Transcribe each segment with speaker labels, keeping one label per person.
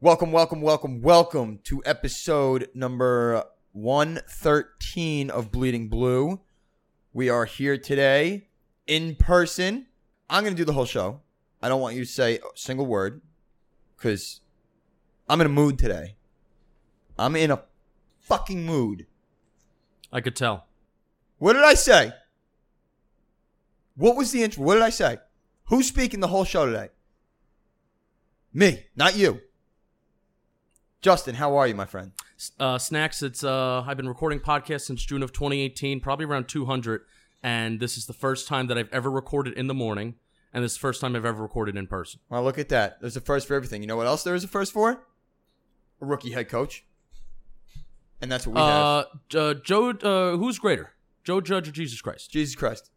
Speaker 1: Welcome, welcome, welcome, welcome to episode number 113 of Bleeding Blue. We are here today in person. I'm going to do the whole show. I don't want you to say a single word because I'm in a mood today. I'm in a fucking mood.
Speaker 2: I could tell.
Speaker 1: What did I say? What was the intro? What did I say? Who's speaking the whole show today? Me, not you. Justin, how are you, my friend?
Speaker 2: S- Uh, snacks. It's uh, I've been recording podcasts since June of 2018, probably around 200, and this is the first time that I've ever recorded in the morning, and this is the first time I've ever recorded in person.
Speaker 1: Well, look at that. There's a first for everything. You know what else there is a first for? A rookie head coach. And that's what we have.
Speaker 2: Uh, J- uh, Joe, uh, who's greater, Joe Judge or Jesus Christ?
Speaker 1: Jesus Christ.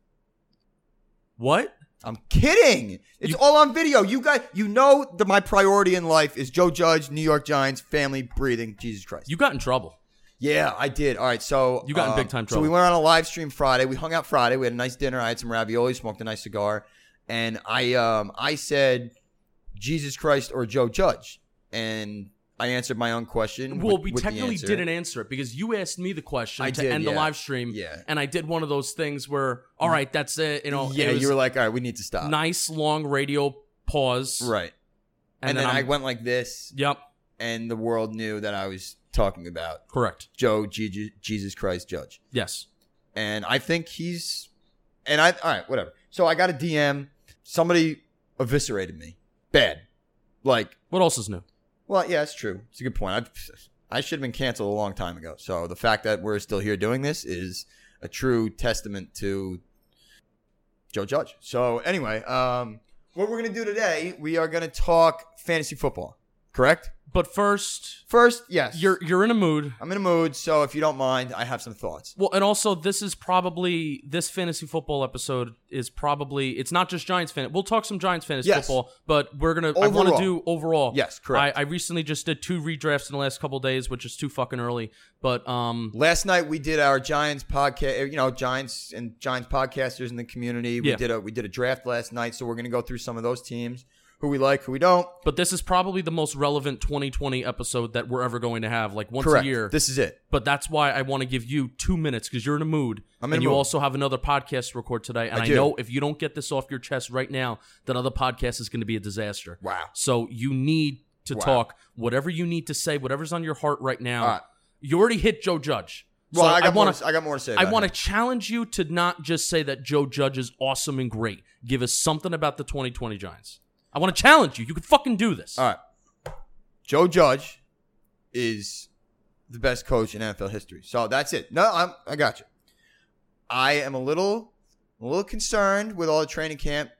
Speaker 2: What?
Speaker 1: I'm kidding. It's
Speaker 2: You-
Speaker 1: all on video. You guys, you know that my priority in life is Joe Judge, New York Giants, family, breathing, Jesus Christ.
Speaker 2: You got in trouble.
Speaker 1: yeah, I did. All right, so
Speaker 2: You got in
Speaker 1: uh,
Speaker 2: big time
Speaker 1: So we
Speaker 2: trouble.
Speaker 1: went on a live stream Friday. We hung out Friday. We had a nice dinner. I had some ravioli, smoked a nice cigar, and I, um, I said Jesus Christ or Joe Judge, and I answered my own question.
Speaker 2: Well,
Speaker 1: with-
Speaker 2: we
Speaker 1: with the
Speaker 2: technically
Speaker 1: answer.
Speaker 2: didn't answer it because you asked me the question
Speaker 1: I
Speaker 2: to
Speaker 1: did,
Speaker 2: end the
Speaker 1: yeah.
Speaker 2: live stream.
Speaker 1: Yeah.
Speaker 2: And I did one of those things where, all right, that's it. You know,
Speaker 1: yeah,
Speaker 2: it was
Speaker 1: you were like, all right, we need to stop.
Speaker 2: nice long radio pause.
Speaker 1: right. And, then, I
Speaker 2: I'm-
Speaker 1: went like this,
Speaker 2: Yep.
Speaker 1: and the world knew that I was talking about
Speaker 2: Correct.
Speaker 1: Joe G- Jesus Christ Judge.
Speaker 2: Yes.
Speaker 1: And I think he's, and I, all right, whatever. So I got a DM. Somebody eviscerated me. Bad. Like,
Speaker 2: What else is new?
Speaker 1: well, yeah, it's true. It's a good point. I've, I should have been canceled a long time ago. So the fact that we're still here doing this is a true testament to Joe Judge. So anyway, um, what we're going to do today, we are going to talk fantasy football, correct?
Speaker 2: But first,
Speaker 1: First, yes.
Speaker 2: you're you're in a mood.
Speaker 1: I'm in a mood, so if you don't mind, I have some thoughts.
Speaker 2: Well, and also this is probably this fantasy football episode is probably it's not just Giants fan. We'll talk some Giants fantasy
Speaker 1: Yes.
Speaker 2: football, but we're gonna I want
Speaker 1: Overall.
Speaker 2: to do overall.
Speaker 1: Yes, correct.
Speaker 2: I, I recently just did two redrafts in the last couple days, which is too fucking early. But um,
Speaker 1: Last night we did our Giants podcast, you know, Giants and Giants podcasters in the community. We
Speaker 2: Yeah.
Speaker 1: did a we did a draft last night, so we're going to go through some of those teams, who we like, who we don't.
Speaker 2: but this is probably the most relevant 2020 episode that we're ever going to have, like once
Speaker 1: Correct.
Speaker 2: a year.
Speaker 1: This is it.
Speaker 2: but that's why I want to give you two minutes because you're in a mood,
Speaker 1: I'm in
Speaker 2: and
Speaker 1: a
Speaker 2: you
Speaker 1: mood.
Speaker 2: also have another podcast to record today. And
Speaker 1: I
Speaker 2: I,
Speaker 1: do.
Speaker 2: know if you don't get this off your chest right now, that other podcast is going to be a disaster.
Speaker 1: Wow.
Speaker 2: So you need to
Speaker 1: Wow.
Speaker 2: talk whatever you need to say, whatever's on your heart right now.
Speaker 1: All right.
Speaker 2: You already hit Joe Judge.
Speaker 1: Well,
Speaker 2: so
Speaker 1: I got
Speaker 2: wanna,
Speaker 1: more. To, I got more to say.
Speaker 2: I
Speaker 1: about
Speaker 2: want to
Speaker 1: it.
Speaker 2: challenge you to not just say that Joe Judge is awesome and great. Give us something about the 2020 Giants. I want to challenge you. You can fucking do this.
Speaker 1: All right. Joe Judge is the best coach in NFL history. So that's it. No, I'm, I got you. I am a little, a little concerned with all the training camp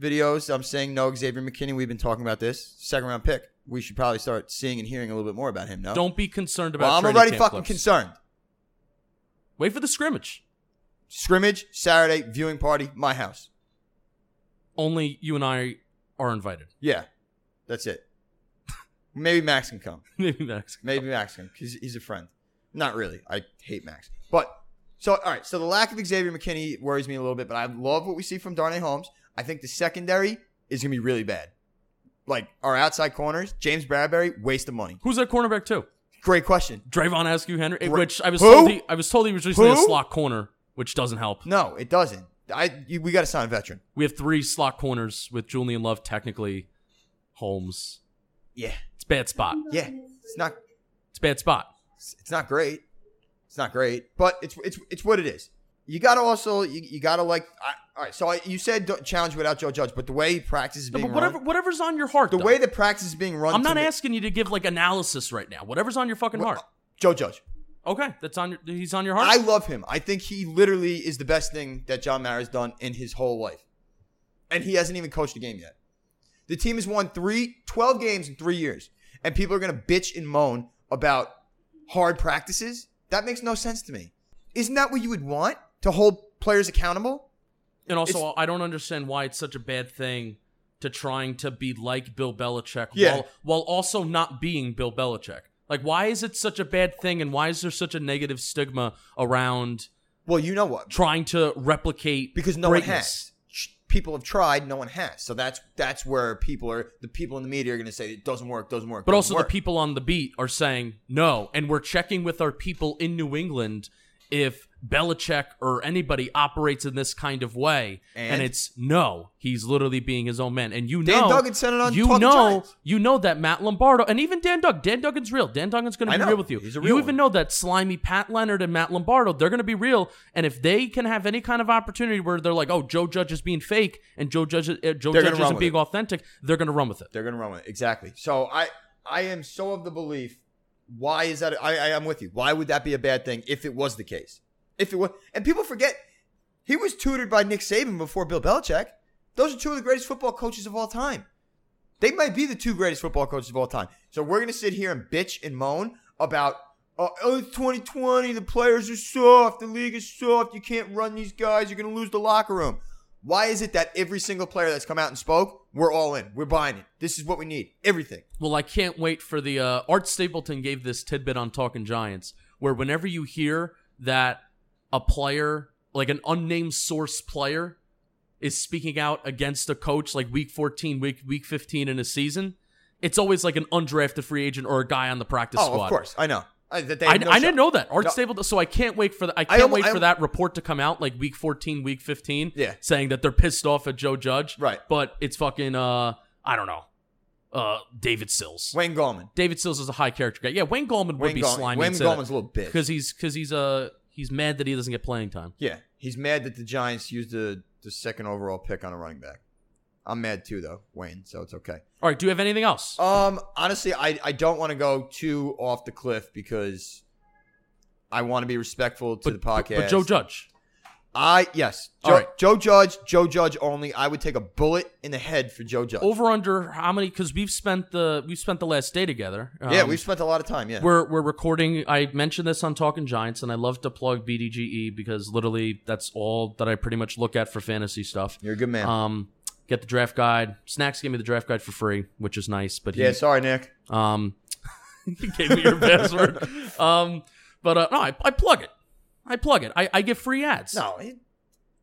Speaker 1: videos. I'm saying no, Xavier McKinney. We've been talking about this second round pick. We should probably start seeing and hearing a little bit more about him. No,
Speaker 2: Don't be concerned about.
Speaker 1: Well, I'm
Speaker 2: training
Speaker 1: already
Speaker 2: camp
Speaker 1: fucking
Speaker 2: clips.
Speaker 1: concerned.
Speaker 2: Wait for the scrimmage.
Speaker 1: Scrimmage Saturday viewing party, my house.
Speaker 2: Only you and I are invited.
Speaker 1: Yeah, that's it. Maybe Max can come.
Speaker 2: Maybe that's
Speaker 1: Maybe Max can because he's a friend. Not really. I hate Max. But so all right. So the lack of Xavier McKinney worries me a little bit, but I love what we see from Darnay Holmes. I think the secondary is gonna be really bad. Like our outside corners, James Bradbury, waste of money.
Speaker 2: Who's their cornerback too?
Speaker 1: Great question.
Speaker 2: Drayvon Askew Henry,
Speaker 1: Dra-
Speaker 2: which I was
Speaker 1: Who?
Speaker 2: told he, I was told he was recently a
Speaker 1: Who?
Speaker 2: slot corner, which doesn't help.
Speaker 1: No, it doesn't. I you, we got to sign a veteran.
Speaker 2: We have three slot corners with Julian Love technically Holmes.
Speaker 1: Yeah,
Speaker 2: It's a bad spot.
Speaker 1: yeah. It's not.
Speaker 2: It's a bad spot.
Speaker 1: It's it's not great. It's not great, but it's it's it's what it is. You gotta also you, you gotta like I, all right. So I, you said don't challenge without Joe Judge, but the way practice is
Speaker 2: No,
Speaker 1: being
Speaker 2: but whatever
Speaker 1: run,
Speaker 2: whatever's on your heart.
Speaker 1: the
Speaker 2: though.
Speaker 1: way the practice is being run,
Speaker 2: I'm
Speaker 1: to
Speaker 2: not
Speaker 1: me-
Speaker 2: asking you to give like analysis right now. Whatever's on your fucking
Speaker 1: Well, uh,
Speaker 2: heart.
Speaker 1: Joe Judge.
Speaker 2: Okay, that's on your he's on your heart.
Speaker 1: I love him. I think he literally is the best thing that John Mara's done in his whole life. And he hasn't even coached a game yet. The team has won three, 12 games in three years. and people are going to bitch and moan about hard practices, that makes no sense to me. Isn't that what you would want to hold players accountable?
Speaker 2: And also, I don't understand why it's such a bad thing to trying to be like Bill Belichick
Speaker 1: Yeah.
Speaker 2: while, while also not being Bill Belichick. Like, why is it such a bad thing and why is there such a negative stigma around
Speaker 1: Well, you know what?
Speaker 2: trying to replicate
Speaker 1: because no one
Speaker 2: greatness?
Speaker 1: has. Sh- People have tried, no one has. So that's that's where people are the people in the media are going to say it doesn't work, doesn't work.
Speaker 2: But
Speaker 1: doesn't
Speaker 2: also,
Speaker 1: work.
Speaker 2: the people on the beat are saying no, and we're checking with our people in New England if Belichick or anybody operates in this kind of way, and,
Speaker 1: And?
Speaker 2: it's no, he's literally being his own man. And you
Speaker 1: Dan
Speaker 2: know,
Speaker 1: Duggan said it on
Speaker 2: you
Speaker 1: Talking
Speaker 2: know,
Speaker 1: Giants.
Speaker 2: you know that Matt Lombardo and even Dan Dug, Dan Duggan's real. Dan Duggan's going
Speaker 1: I
Speaker 2: to be
Speaker 1: know.
Speaker 2: real with you.
Speaker 1: He's a
Speaker 2: you
Speaker 1: real
Speaker 2: even
Speaker 1: one.
Speaker 2: know that slimy Pat Leonard and Matt Lombardo, they're going to be real, and if they can have any kind of opportunity where they're like, oh, Joe Judge is being fake, and Joe Judge, uh, Joe
Speaker 1: They're gonna run
Speaker 2: Judge isn't
Speaker 1: with
Speaker 2: being
Speaker 1: it.
Speaker 2: authentic, they're going to run with it.
Speaker 1: They're going to run with it. Exactly. So I I am so of the belief. Why is that? I, I am with you. Why would that be a bad thing if it was the case? If it was, and people forget he was tutored by Nick Saban before Bill Belichick. Those are two of the greatest football coaches of all time. They might be the two greatest football coaches of all time. So we're going to sit here and bitch and moan about, uh, oh, it's 2020. The players are soft. The league is soft. You can't run these guys. You're going to lose the locker room. Why is it that every single player that's come out and spoke, we're all in. We're buying it. This is what we need. Everything.
Speaker 2: Well, I can't wait for the uh, Art Stapleton gave this tidbit on Talking Giants, where whenever you hear that a player, like an unnamed source player, is speaking out against a coach, like week fourteen, week week fifteen in a season, it's always like an undrafted free agent or a guy on the practice
Speaker 1: oh,
Speaker 2: squad.
Speaker 1: of course. I know. I, that they
Speaker 2: I,
Speaker 1: had no
Speaker 2: I
Speaker 1: shot.
Speaker 2: didn't know that Art
Speaker 1: No.
Speaker 2: Stapleton. So I can't wait for that. I
Speaker 1: I
Speaker 2: can't
Speaker 1: almo-
Speaker 2: wait
Speaker 1: I
Speaker 2: for
Speaker 1: al-
Speaker 2: that report to come out like week fourteen, week fifteen.
Speaker 1: Yeah.
Speaker 2: saying that they're pissed off at Joe Judge.
Speaker 1: Right.
Speaker 2: but it's fucking uh, I don't know, uh, David Sills.
Speaker 1: Wayne Gallman.
Speaker 2: David Sills is a high character guy. Yeah, Wayne Gallman would
Speaker 1: Wayne,
Speaker 2: be
Speaker 1: Gall-
Speaker 2: slimy.
Speaker 1: Wayne Gallman's a little bitch.
Speaker 2: because he's because he's uh he's mad that he doesn't get playing time.
Speaker 1: Yeah, he's mad that the Giants used the the second overall pick on a running back. I'm mad too, though, Wayne. So it's okay.
Speaker 2: All right, do you have anything else?
Speaker 1: Um, honestly, I I don't want to go too off the cliff because I want to be respectful to
Speaker 2: but,
Speaker 1: the podcast.
Speaker 2: But Joe Judge.
Speaker 1: I yes, Joe,
Speaker 2: All right.
Speaker 1: Joe Judge, Joe Judge only. I would take a bullet in the head for Joe Judge.
Speaker 2: Over under how many? Because we've spent the we've spent the last day together.
Speaker 1: yeah,
Speaker 2: Um,
Speaker 1: we've spent a lot of time. Yeah,
Speaker 2: We're we're recording. I mentioned this on Talking Giants, and I love to plug BDGE E because literally that's all that I pretty much look at for fantasy stuff.
Speaker 1: you're a good man.
Speaker 2: Um, get the draft guide. Snacks gave me the draft guide for free, which is nice. But he,
Speaker 1: yeah, sorry, Nick.
Speaker 2: Um, you gave me your password. Um, but uh, no, I, I plug it. I plug it. I, I get free ads.
Speaker 1: No, it-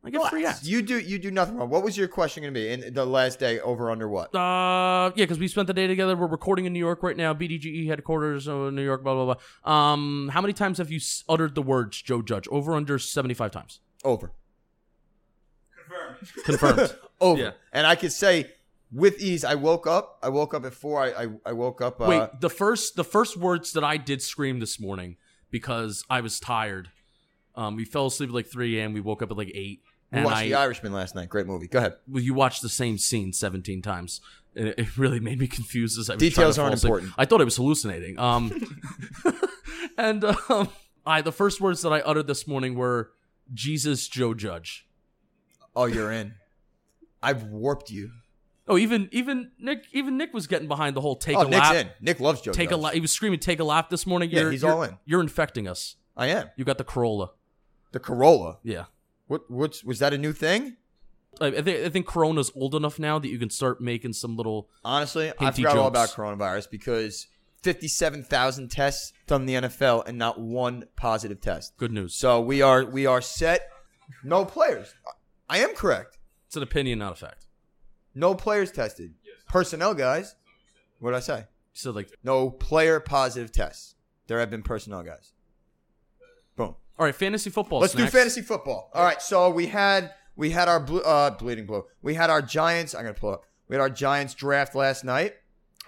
Speaker 2: I get free ads.
Speaker 1: you do you do nothing wrong. What was your question going to be in the last day? Over under what?
Speaker 2: uh, yeah, because we spent the day together. We're recording in New York right now. BDGE headquarters, uh, New York. Blah blah blah. Um, how many times have you s- uttered the words Joe Judge? Over under seventy five times.
Speaker 1: Over.
Speaker 2: Confirmed.
Speaker 1: over.
Speaker 2: Yeah.
Speaker 1: And I could say with ease, I woke up. I woke up at four. I I, I woke up. Uh,
Speaker 2: Wait, the first the first words that I did scream this morning because I was tired. Um, we fell asleep at like three a.m. We woke up at like eight,
Speaker 1: we
Speaker 2: and
Speaker 1: watched
Speaker 2: I
Speaker 1: The Irishman last night. Great movie. Go ahead.
Speaker 2: well, you watched the same scene 17 times. And It it really made me confused as I was trying
Speaker 1: Details
Speaker 2: to fall
Speaker 1: aren't
Speaker 2: asleep.
Speaker 1: important.
Speaker 2: I thought I was hallucinating. Um, and um, I the first words that I uttered this morning were Jesus Joe Judge.
Speaker 1: Oh, you're in. I've warped you.
Speaker 2: Oh, even even Nick even Nick was getting behind the whole take
Speaker 1: oh,
Speaker 2: a
Speaker 1: Nick's
Speaker 2: lap.
Speaker 1: in. Nick loves Joe.
Speaker 2: Take a
Speaker 1: Judge.
Speaker 2: lap. He was screaming, "Take a lap!" This morning.
Speaker 1: Yeah,
Speaker 2: you're,
Speaker 1: he's
Speaker 2: you're-
Speaker 1: all in.
Speaker 2: You're infecting us.
Speaker 1: I am
Speaker 2: You got the Corolla.
Speaker 1: the Corolla.
Speaker 2: Yeah,
Speaker 1: What? What's was that a new thing?
Speaker 2: I, I think I think Corona's old enough now that you can start making some little.
Speaker 1: Honestly, I
Speaker 2: Hinty
Speaker 1: forgot all about
Speaker 2: jokes.
Speaker 1: coronavirus because fifty-seven thousand tests done in the NFL and not one positive test.
Speaker 2: Good news.
Speaker 1: So we are we are set. No players. I am correct.
Speaker 2: It's an opinion, not a fact.
Speaker 1: No players tested. Personnel guys. What did I say?
Speaker 2: So like
Speaker 1: No player positive tests. There have been personnel guys. Boom.
Speaker 2: All right, fantasy football.
Speaker 1: Let's
Speaker 2: snacks.
Speaker 1: do fantasy football. All right. So we had we had our blue, uh, bleeding blue. We had our Giants. I'm gonna pull it up. We had our Giants draft last night.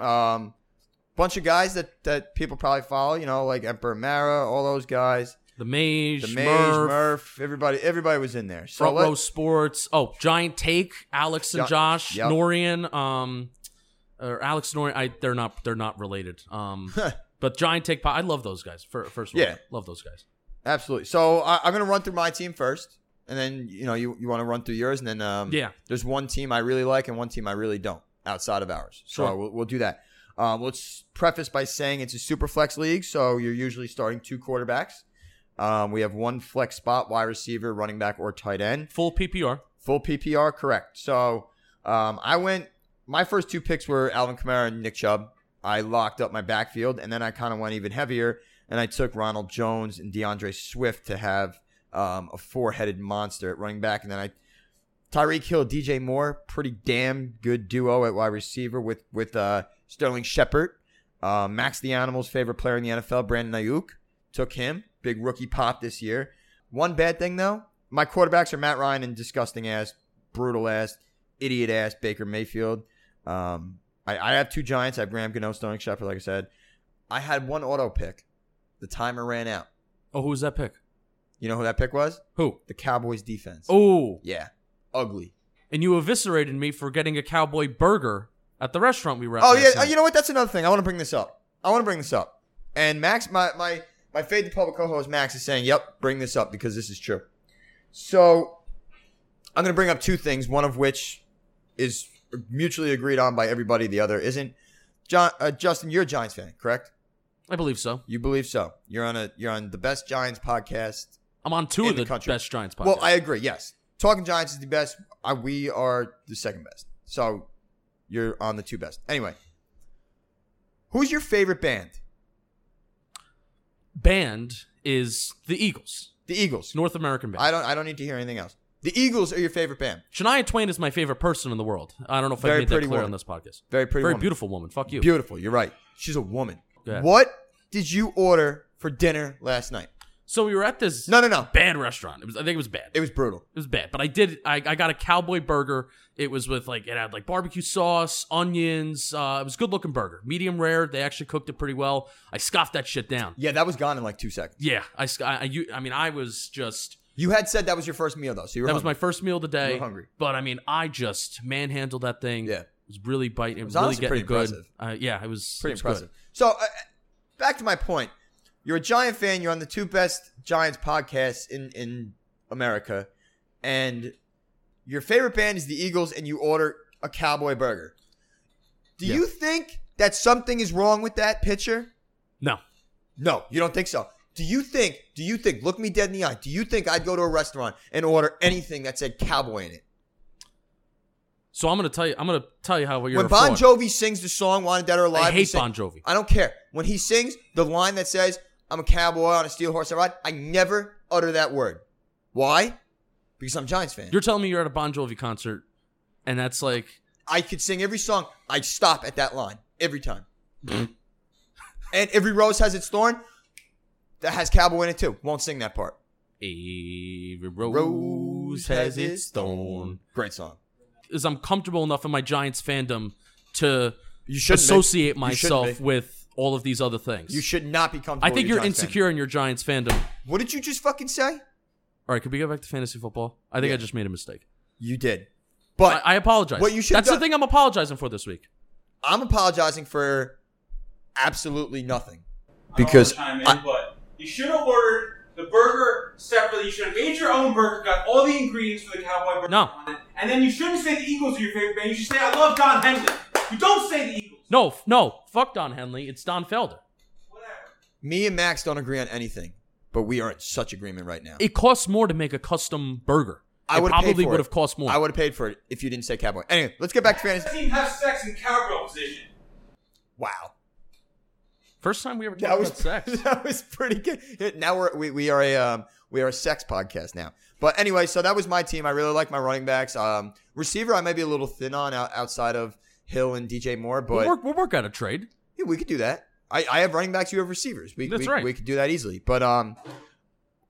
Speaker 1: Um, bunch of guys that that people probably follow. You know, like Emperor Mara, all those guys.
Speaker 2: The Mage,
Speaker 1: The Mage,
Speaker 2: Murph,
Speaker 1: Murph, everybody. Everybody was in there. So
Speaker 2: Front
Speaker 1: let-
Speaker 2: Row Sports. Oh, Giant Take, Alex and
Speaker 1: Gi-
Speaker 2: Josh,
Speaker 1: yep.
Speaker 2: Norian, um, or Alex Norian. I they're not they're not related. Um, but Giant Take, Po- I love those guys. Fir- First, of all,
Speaker 1: Yeah.
Speaker 2: love those guys.
Speaker 1: Absolutely. So I, I'm going to run through my team first, and then you know you, you want to run through yours, and then um,
Speaker 2: Yeah.
Speaker 1: there's one team I really like and one team I really don't outside of ours. So
Speaker 2: Sure.
Speaker 1: we'll, we'll do that. Um, let's preface by saying it's a super flex league, so you're usually starting two quarterbacks. Um, we have one flex spot, wide receiver, running back, or tight end.
Speaker 2: Full PPR.
Speaker 1: Full PPR, correct. So um, I went. My first two picks were Alvin Kamara and Nick Chubb. I locked up my backfield, and then I kind of went even heavier, and I took Ronald Jones and DeAndre Swift to have um, a four-headed monster at running back, and then I Tyreek Hill, DJ Moore, pretty damn good duo at wide receiver with with uh, Sterling Shepard. Uh, Max the Animal's favorite player in the NFL, Brandon Ayuk, took him. Big rookie pop this year. One bad thing though, my quarterbacks are Matt Ryan and disgusting ass, brutal ass, idiot ass Baker Mayfield. Um, I, I have two Giants. I have Graham Gano, Sterling Shepard. Like I said, I had one auto pick. The timer ran out.
Speaker 2: Oh, who was that pick?
Speaker 1: You know who that pick was?
Speaker 2: Who?
Speaker 1: The Cowboys defense.
Speaker 2: Oh,
Speaker 1: yeah, ugly.
Speaker 2: and you eviscerated me for getting a cowboy burger at the restaurant we were at.
Speaker 1: Oh
Speaker 2: last
Speaker 1: yeah,
Speaker 2: night.
Speaker 1: oh, you know what? That's another thing. I want to bring this up. I want to bring this up. And Max, my my my favorite public co-host Max is saying, "Yep, bring this up because this is true." So I'm going to bring up two things. One of which is mutually agreed on by everybody. The other isn't. John, uh, Justin, you're a Giants fan, correct?
Speaker 2: I believe so.
Speaker 1: You believe so. You're on a you're on the best Giants podcast
Speaker 2: I'm on two
Speaker 1: In
Speaker 2: of
Speaker 1: the
Speaker 2: the,
Speaker 1: country.
Speaker 2: best Giants podcasts.
Speaker 1: well, I agree. Yes, Talking Giants is the best. I, we are the second best. So you're on the two best. Anyway, who's your favorite band?
Speaker 2: band is the Eagles,
Speaker 1: The Eagles.
Speaker 2: North American band.
Speaker 1: I don't. I don't need to hear anything else. The Eagles are your favorite band.
Speaker 2: Shania Twain is my favorite person in the world. I don't know if I
Speaker 1: Very
Speaker 2: made that
Speaker 1: pretty
Speaker 2: clear
Speaker 1: woman.
Speaker 2: on this podcast.
Speaker 1: Very pretty.
Speaker 2: Very
Speaker 1: woman.
Speaker 2: beautiful woman. Fuck you.
Speaker 1: Beautiful. You're right. She's a woman.
Speaker 2: Go ahead.
Speaker 1: What did you order for dinner last night?
Speaker 2: so we were at this
Speaker 1: No, no, no.
Speaker 2: bad restaurant. It was, I think it was bad.
Speaker 1: It was brutal.
Speaker 2: It was bad, but I did. I, I got a cowboy burger. It was with like it had like barbecue sauce, onions. Uh, it was a good looking burger, medium rare. They actually cooked it pretty well. I scoffed that shit down.
Speaker 1: Yeah, that was gone in like two seconds.
Speaker 2: Yeah, I sc- I, I, you- I mean I was just
Speaker 1: You had said that was your first meal though, so you were
Speaker 2: that was my
Speaker 1: hungry.
Speaker 2: first meal of the
Speaker 1: You
Speaker 2: day.
Speaker 1: were hungry.
Speaker 2: But I mean I just manhandled that thing.
Speaker 1: Yeah.
Speaker 2: it was really biting. It
Speaker 1: was
Speaker 2: was, really
Speaker 1: honestly
Speaker 2: getting
Speaker 1: pretty
Speaker 2: good.
Speaker 1: impressive.
Speaker 2: Uh, yeah, it was
Speaker 1: pretty
Speaker 2: it was good.
Speaker 1: impressive. So uh, back to my point. You're a Giant fan. You're on the two best Giants podcasts in in America, and your favorite band is the Eagles, and you order a cowboy burger. Do
Speaker 2: Yeah.
Speaker 1: you think that something is wrong with that picture?
Speaker 2: No,
Speaker 1: No, you don't think so. Do you think? Do you think? Look me dead in the eye. Do you think I'd go to a restaurant and order anything that said cowboy in it?
Speaker 2: so I'm gonna tell you. I'm gonna tell you how you're.
Speaker 1: when
Speaker 2: a
Speaker 1: Bon
Speaker 2: fraud.
Speaker 1: Jovi sings the song "Wanted Dead or Alive,"
Speaker 2: I
Speaker 1: he
Speaker 2: hate
Speaker 1: sing-
Speaker 2: Bon Jovi.
Speaker 1: I don't care when he sings the line that says "I'm a cowboy on a steel horse I ride." I never utter that word. Why? Because I'm a Giants fan.
Speaker 2: You're telling me you're at a Bon Jovi concert, and that's like
Speaker 1: I could sing every song. I stop at that line every time.
Speaker 2: Mm-hmm.
Speaker 1: and every rose has its thorn. That has cowboy in it too. Won't sing that part.
Speaker 2: every rose has its thorn.
Speaker 1: Great song.
Speaker 2: Is I'm comfortable enough in my Giants fandom to
Speaker 1: You should
Speaker 2: associate
Speaker 1: be. You shouldn't
Speaker 2: myself
Speaker 1: be.
Speaker 2: with all of these other things.
Speaker 1: You should not be comfortable.
Speaker 2: I think
Speaker 1: with
Speaker 2: you're
Speaker 1: your Giants fan.
Speaker 2: insecure in your Giants fandom.
Speaker 1: What did you just fucking say?
Speaker 2: All right, could we go back to fantasy football? I think
Speaker 1: Yeah.
Speaker 2: I just made a mistake.
Speaker 1: You did. But
Speaker 2: I, I apologize.
Speaker 1: what you should
Speaker 2: That's
Speaker 1: have
Speaker 2: the
Speaker 1: done-
Speaker 2: thing I'm apologizing for this week.
Speaker 1: I'm apologizing for absolutely nothing because
Speaker 3: I don't wanna chime
Speaker 1: I,
Speaker 3: in, but you should have ordered the burger separately. You should have made your own burger, got all the ingredients for the cowboy burger
Speaker 2: No.
Speaker 3: on it, and then you shouldn't say the Eagles are your favorite band. You should say I love Don Henley. You don't say the Eagles.
Speaker 2: No, f- no, fuck Don Henley. It's Don Felder.
Speaker 3: Whatever.
Speaker 1: me and Max don't agree on anything, but we are in such agreement right now.
Speaker 2: It costs more to make a custom burger.
Speaker 1: I
Speaker 2: it
Speaker 1: would've paid
Speaker 2: probably
Speaker 1: for
Speaker 2: would
Speaker 1: it.
Speaker 2: have cost more.
Speaker 1: I would have paid for it if you didn't say cowboy. Anyway, let's get back to
Speaker 3: This
Speaker 1: fantasy.
Speaker 3: team have sex in cowgirl position.
Speaker 1: Wow,
Speaker 2: First time we ever
Speaker 1: that
Speaker 2: talked
Speaker 1: was
Speaker 2: about sex.
Speaker 1: That was pretty good. Yeah, Now we're we, we are a um, we are a sex podcast now. But anyway, so that was my team. I really like my running backs. Um, receiver, I might be a little thin on out, outside of Hill and DJ Moore, but
Speaker 2: we'll, work, we'll work out a trade.
Speaker 1: Yeah, we could do that. I, I have running backs. You have receivers. We,
Speaker 2: That's
Speaker 1: we,
Speaker 2: right.
Speaker 1: We could do that easily. But um,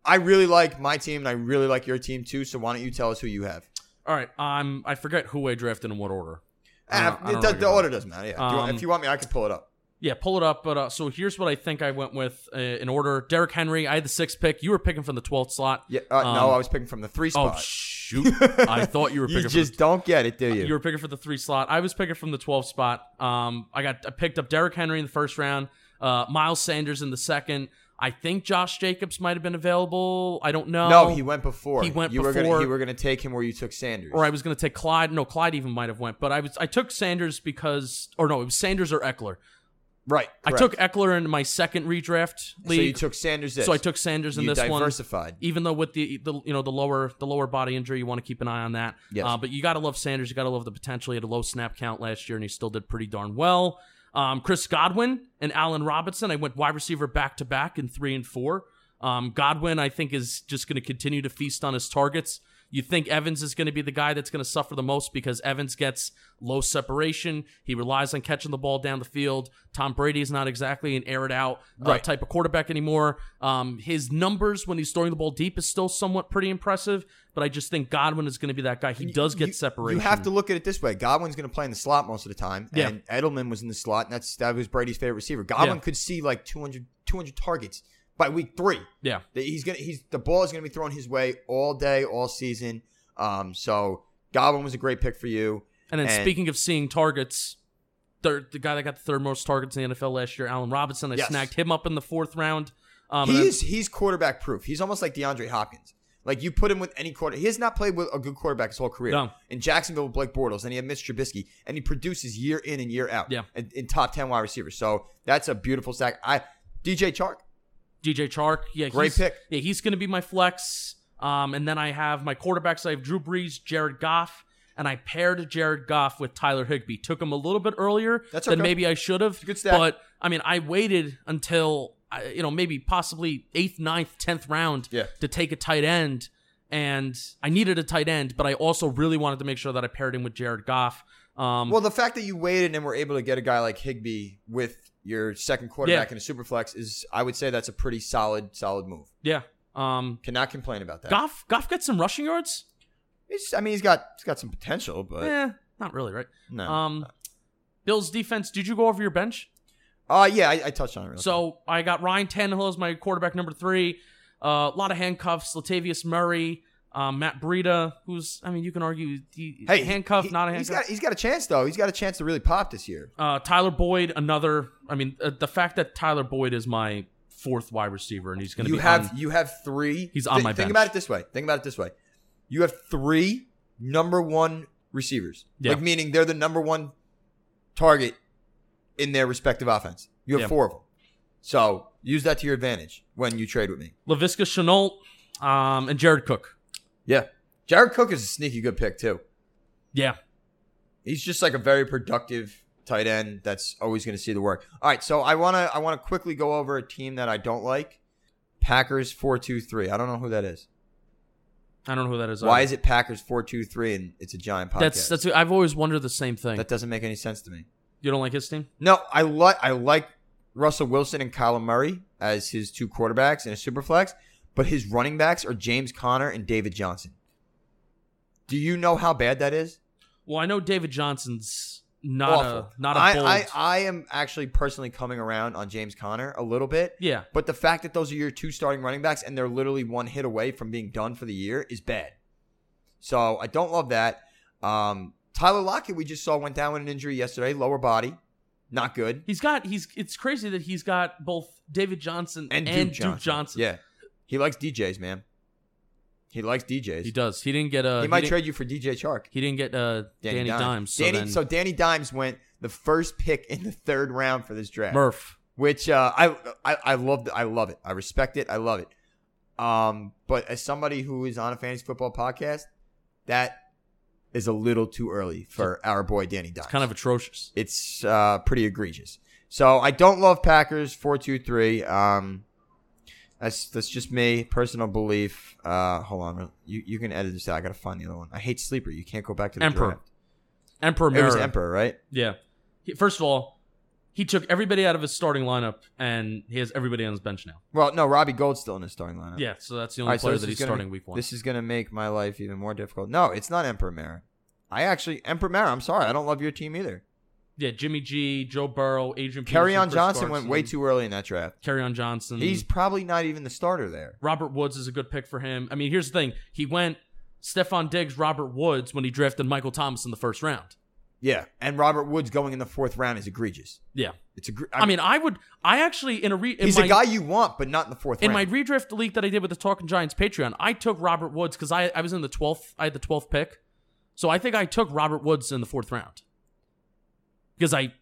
Speaker 1: I really like my team, and I really like your team too. So why don't you tell us who you have?
Speaker 2: All right, um, I forget who I drafted in what order. I
Speaker 1: Ah,
Speaker 2: don't- I
Speaker 1: it does-
Speaker 2: don't really
Speaker 1: the
Speaker 2: know.
Speaker 1: order doesn't matter. Yeah. Do you want-
Speaker 2: Um,
Speaker 1: if you want me, I can pull it up.
Speaker 2: Yeah, pull it up. But uh, so here's what I think I went with uh, in order: Derrick Henry. I had the sixth pick. You were picking from the twelfth slot.
Speaker 1: Yeah. Uh, no,
Speaker 2: um,
Speaker 1: I was picking from the three
Speaker 2: Oh
Speaker 1: spot.
Speaker 2: shoot! I thought you were
Speaker 1: you
Speaker 2: picking.
Speaker 1: just
Speaker 2: from Uh,
Speaker 1: don't get it, do you?
Speaker 2: you were picking for the three slot. I was picking from the twelve spot. Um, I got I picked up Derrick Henry in the first round. Uh, Miles Sanders in the second. I think Josh Jacobs might have been available. I don't know.
Speaker 1: no, he went before.
Speaker 2: He went
Speaker 1: you Were
Speaker 2: before.
Speaker 1: gonna, you were going to take him where you took Sanders.
Speaker 2: or I was going to take Clyde. No, Clyde even might have went, but I was I took Sanders because, or no, it was Sanders or Eckler
Speaker 1: Right.
Speaker 2: I took Eckler in my second redraft
Speaker 1: So you
Speaker 2: league,
Speaker 1: took Sanders this.
Speaker 2: so I took Sanders in
Speaker 1: you
Speaker 2: this one.
Speaker 1: diversified.
Speaker 2: even though with the, the you know the lower the lower body injury, you want to keep an eye on that.
Speaker 1: Yes.
Speaker 2: Uh, but you got to love Sanders. You got to love the potential. He had a low snap count last year, and he still did pretty darn well. Um, Chris Godwin and Allen Robinson. I went wide receiver back to back in three and four. Um, Godwin, I think, is just going to continue to feast on his targets. You think Evans is going to be the guy that's going to suffer the most because Evans gets low separation. He relies on catching the ball down the field. Tom Brady is not exactly an air it out uh,
Speaker 1: Right.
Speaker 2: type of quarterback anymore. Um, his numbers when he's throwing the ball deep is still somewhat pretty impressive, but I just think Godwin is going to be that guy. He does get
Speaker 1: you,
Speaker 2: separation.
Speaker 1: You have to look at it this way: Godwin's going to play in the slot most of the time,
Speaker 2: Yeah.
Speaker 1: and Edelman was in the slot, and that's that was Brady's favorite receiver. Godwin
Speaker 2: Yeah.
Speaker 1: could see like 200, 200 targets by week three.
Speaker 2: yeah.
Speaker 1: That He's gonna he's the ball is gonna be thrown his way all day, all season. Um, so Godwin was a great pick for you.
Speaker 2: And then
Speaker 1: And-
Speaker 2: speaking of seeing targets, third, the guy that got the third most targets in the NFL last year, Allen Robinson, I
Speaker 1: Yes.
Speaker 2: snagged him up in the fourth round. Um, and
Speaker 1: he
Speaker 2: then-
Speaker 1: is he's quarterback proof. He's almost like DeAndre Hopkins. Like you put him with any quarter, he has not played with a good quarterback his whole career.
Speaker 2: No.
Speaker 1: In Jacksonville with Blake Bortles, and he had Mitch Trubisky, and he produces year in and year out.
Speaker 2: Yeah.
Speaker 1: in, in top ten wide receivers. So that's a beautiful sack. I DJ Chark,
Speaker 2: Mm-hmm. DJ Chark. Yeah,
Speaker 1: Great
Speaker 2: he's-
Speaker 1: pick.
Speaker 2: Yeah, he's going to be my flex. Um, and then I have my quarterbacks. I have Drew Brees, Jared Goff, and I paired Jared Goff with Tyler Higbee. Took him a little bit earlier
Speaker 1: That's
Speaker 2: than
Speaker 1: okay.
Speaker 2: maybe I should have.
Speaker 1: a good stack.
Speaker 2: But I mean, I waited until I- you know maybe possibly eighth, ninth, tenth round
Speaker 1: Yeah.
Speaker 2: to take a tight end. And I needed a tight end, but I also really wanted to make sure that I paired him with Jared Goff. Um,
Speaker 1: Well, the fact that you waited and were able to get a guy like Higby with your second quarterback in a super flex is, I would say, that's a pretty solid, solid move.
Speaker 2: yeah. Um,
Speaker 1: Cannot complain about that.
Speaker 2: Goff, Goff gets some rushing yards.
Speaker 1: He's- I mean, he's got he's got some potential, but
Speaker 2: eh, not really, right?
Speaker 1: no.
Speaker 2: Um, Bills defense. Did you go over your bench?
Speaker 1: uh, yeah, I, I touched on it. Really
Speaker 2: So I got Ryan Tannehill as my quarterback number three. Uh, A lot of handcuffs. Latavius Murray, um, Matt Breida, who's I mean, you can argue he,
Speaker 1: quick. hey,
Speaker 2: handcuff,
Speaker 1: he-
Speaker 2: not a
Speaker 1: He's
Speaker 2: handcuff.
Speaker 1: got he's got a chance though. He's got a chance to really pop this year.
Speaker 2: uh, Tyler Boyd, another. I mean, uh, the fact that Tyler Boyd is my fourth wide receiver and he's going to
Speaker 1: You
Speaker 2: be
Speaker 1: have
Speaker 2: on,
Speaker 1: you have three.
Speaker 2: He's on
Speaker 1: Thi-
Speaker 2: my
Speaker 1: Think
Speaker 2: bench.
Speaker 1: about it this way. Think about it this way. You have three number one receivers.
Speaker 2: Yeah.
Speaker 1: Like meaning they're the number one target in their respective offense. You have
Speaker 2: Yeah.
Speaker 1: four of them. So use that to your advantage when you trade with me.
Speaker 2: Lavisca Chenault um, and Jared Cook.
Speaker 1: Yeah. Jared Cook is a sneaky good pick too.
Speaker 2: Yeah,
Speaker 1: He's just like a very productive tight end that's always going to see the work. All right, so I want to I want to quickly go over a team that I don't like. Packers 423. I don't know who that is.
Speaker 2: I don't know who that is.
Speaker 1: Why is it Packers 423 and it's a giant podcast?
Speaker 2: That's that's. I've always wondered the same thing.
Speaker 1: that doesn't make any sense to me.
Speaker 2: you don't like his team?
Speaker 1: No, I like I like Russell Wilson and Kyler Murray as his two quarterbacks and a super flex, but his running backs are James Conner and David Johnson. Do you know how bad that is?
Speaker 2: Well, I know David Johnson's not
Speaker 1: Awful.
Speaker 2: a not a
Speaker 1: I-
Speaker 2: bold.
Speaker 1: I, I am actually personally coming around on James Conner a little bit.
Speaker 2: yeah,
Speaker 1: But the fact that those are your two starting running backs and they're literally one hit away from being done for the year is bad. So I don't love that. Um, Tyler Lockett, we just saw, went down with an injury yesterday, lower body. Not good.
Speaker 2: He's got he's it's crazy that he's got both David Johnson
Speaker 1: And,
Speaker 2: and,
Speaker 1: Duke, Johnson. Yeah. He likes DJs, man. He likes DJs.
Speaker 2: He does. He didn't get uh
Speaker 1: he might
Speaker 2: didn't-
Speaker 1: trade you for DJ Chark.
Speaker 2: he didn't get uh Danny, Dimes. So
Speaker 1: Danny,
Speaker 2: then
Speaker 1: so Danny Dimes went the first pick in the third round for this draft.
Speaker 2: Murph.
Speaker 1: which uh, I, I I love I love it. I respect it. I love it. Um, but as somebody who is on a fantasy football podcast, that is a little too early for our boy Danny Dimes.
Speaker 2: It's kind of atrocious.
Speaker 1: it's uh, pretty egregious. So I don't love Packers four two three. Um, that's that's just me personal belief. Uh, hold on, you you can edit this out. I gotta find the other one. I hate sleeper. You can't go back to the
Speaker 2: Emperor.
Speaker 1: draft.
Speaker 2: Emperor
Speaker 1: It was
Speaker 2: Mara.
Speaker 1: Emperor, right?
Speaker 2: Yeah. He- first of all, he took everybody out of his starting lineup and he has everybody on his bench now.
Speaker 1: Well, no, Robbie Gold's still in his starting lineup.
Speaker 2: Yeah, so that's the
Speaker 1: All
Speaker 2: only
Speaker 1: right, so
Speaker 2: player
Speaker 1: this
Speaker 2: that
Speaker 1: is
Speaker 2: he's
Speaker 1: gonna-
Speaker 2: starting week one.
Speaker 1: This is going to make my life even more difficult. No, it's not Emperor Mara. I actually Emperor Mara. I'm sorry, I don't love your team either.
Speaker 2: yeah, Jimmy G, Joe Burrow, Adrian
Speaker 1: Carry
Speaker 2: Peterson,
Speaker 1: on
Speaker 2: Chris
Speaker 1: Johnson went
Speaker 2: Carson.
Speaker 1: way too early in that draft.
Speaker 2: Carry on Johnson.
Speaker 1: He's probably not even the starter there.
Speaker 2: Robert Woods is a good pick for him. I mean, here's the thing. He went Stefan Diggs, Robert Woods when he drafted Michael Thomas in the first round.
Speaker 1: Yeah, and Robert Woods going in the fourth round is egregious.
Speaker 2: Yeah.
Speaker 1: It's egre-
Speaker 2: I, mean, I would. I actually in a re in
Speaker 1: he's
Speaker 2: my,
Speaker 1: a guy you want, but not in the fourth
Speaker 2: in my
Speaker 1: round.
Speaker 2: redraft league that I did with the Talking Giants Patreon. I took Robert Woods because I I was in the twelfth. I had the twelfth pick, so I think I took Robert Woods in the fourth round because I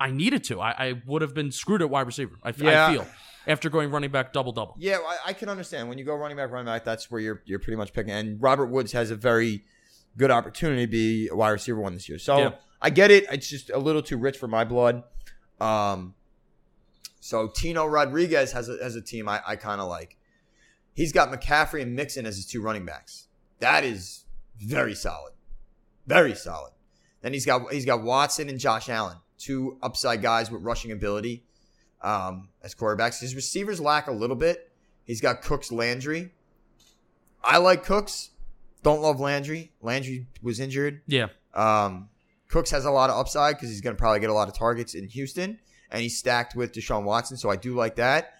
Speaker 2: I needed to. I, I would have been screwed at wide receiver. I, f- I
Speaker 1: Yeah.
Speaker 2: feel after going running back double double.
Speaker 1: Yeah, I, I can understand when you go running back, running back. That's where you're you're pretty much picking. And Robert Woods has a very good opportunity to be a wide receiver one this year. So
Speaker 2: Yeah.
Speaker 1: I get it. It's just a little too rich for my blood. Um, so Tino Rodriguez has a, has a team I, I kind of like. He's got McCaffrey and Mixon as his two running backs. That is very solid, very solid. Then he's got he's got Watson and Josh Allen, two upside guys with rushing ability um, as quarterbacks. His receivers lack a little bit. He's got Cooks, Landry. I like Cooks. Don't love Landry. Landry was injured.
Speaker 2: Yeah,
Speaker 1: Um, Cooks has a lot of upside because he's going to probably get a lot of targets in Houston, and he's stacked with Deshaun Watson, so I do like that.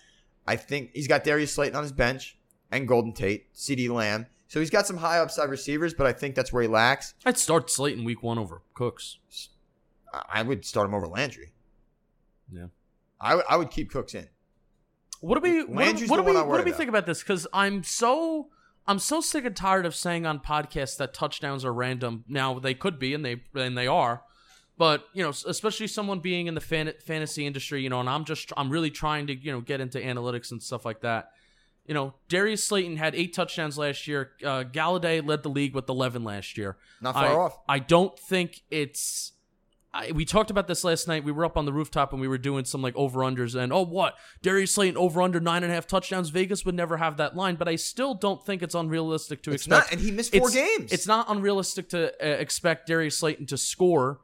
Speaker 1: I think he's got Darius Slayton on his bench and Golden Tate, C.D. Lamb, so he's got some high upside receivers, but I think that's where he lacks.
Speaker 2: I'd start Slayton week one over Cooks.
Speaker 1: I I would start him over Landry.
Speaker 2: Yeah.
Speaker 1: I would- I would keep Cooks in.
Speaker 2: What do we what do,
Speaker 1: Landry's
Speaker 2: what do
Speaker 1: the one
Speaker 2: we
Speaker 1: I
Speaker 2: what do
Speaker 1: worry
Speaker 2: we
Speaker 1: about.
Speaker 2: think about this? Because I'm so I'm so sick and tired of saying on podcasts that touchdowns are random. Now they could be, and they and they are, but you know, s- especially someone being in the fan, fantasy industry, you know, and I'm just I'm really trying to you know get into analytics and stuff like that. You know, Darius Slayton had eight touchdowns last year. Uh, Galladay led the league with 11 last year.
Speaker 1: Not
Speaker 2: I,
Speaker 1: far off.
Speaker 2: I don't think it's. I, we talked about this last night. We were up on the rooftop and we were doing some like over unders and oh what Darius Slayton over under nine and a half touchdowns. Vegas would never have that line, but I still don't think it's unrealistic to
Speaker 1: It's
Speaker 2: expect.
Speaker 1: not, and he missed four
Speaker 2: it's,
Speaker 1: games.
Speaker 2: It's not unrealistic to uh, expect Darius Slayton to score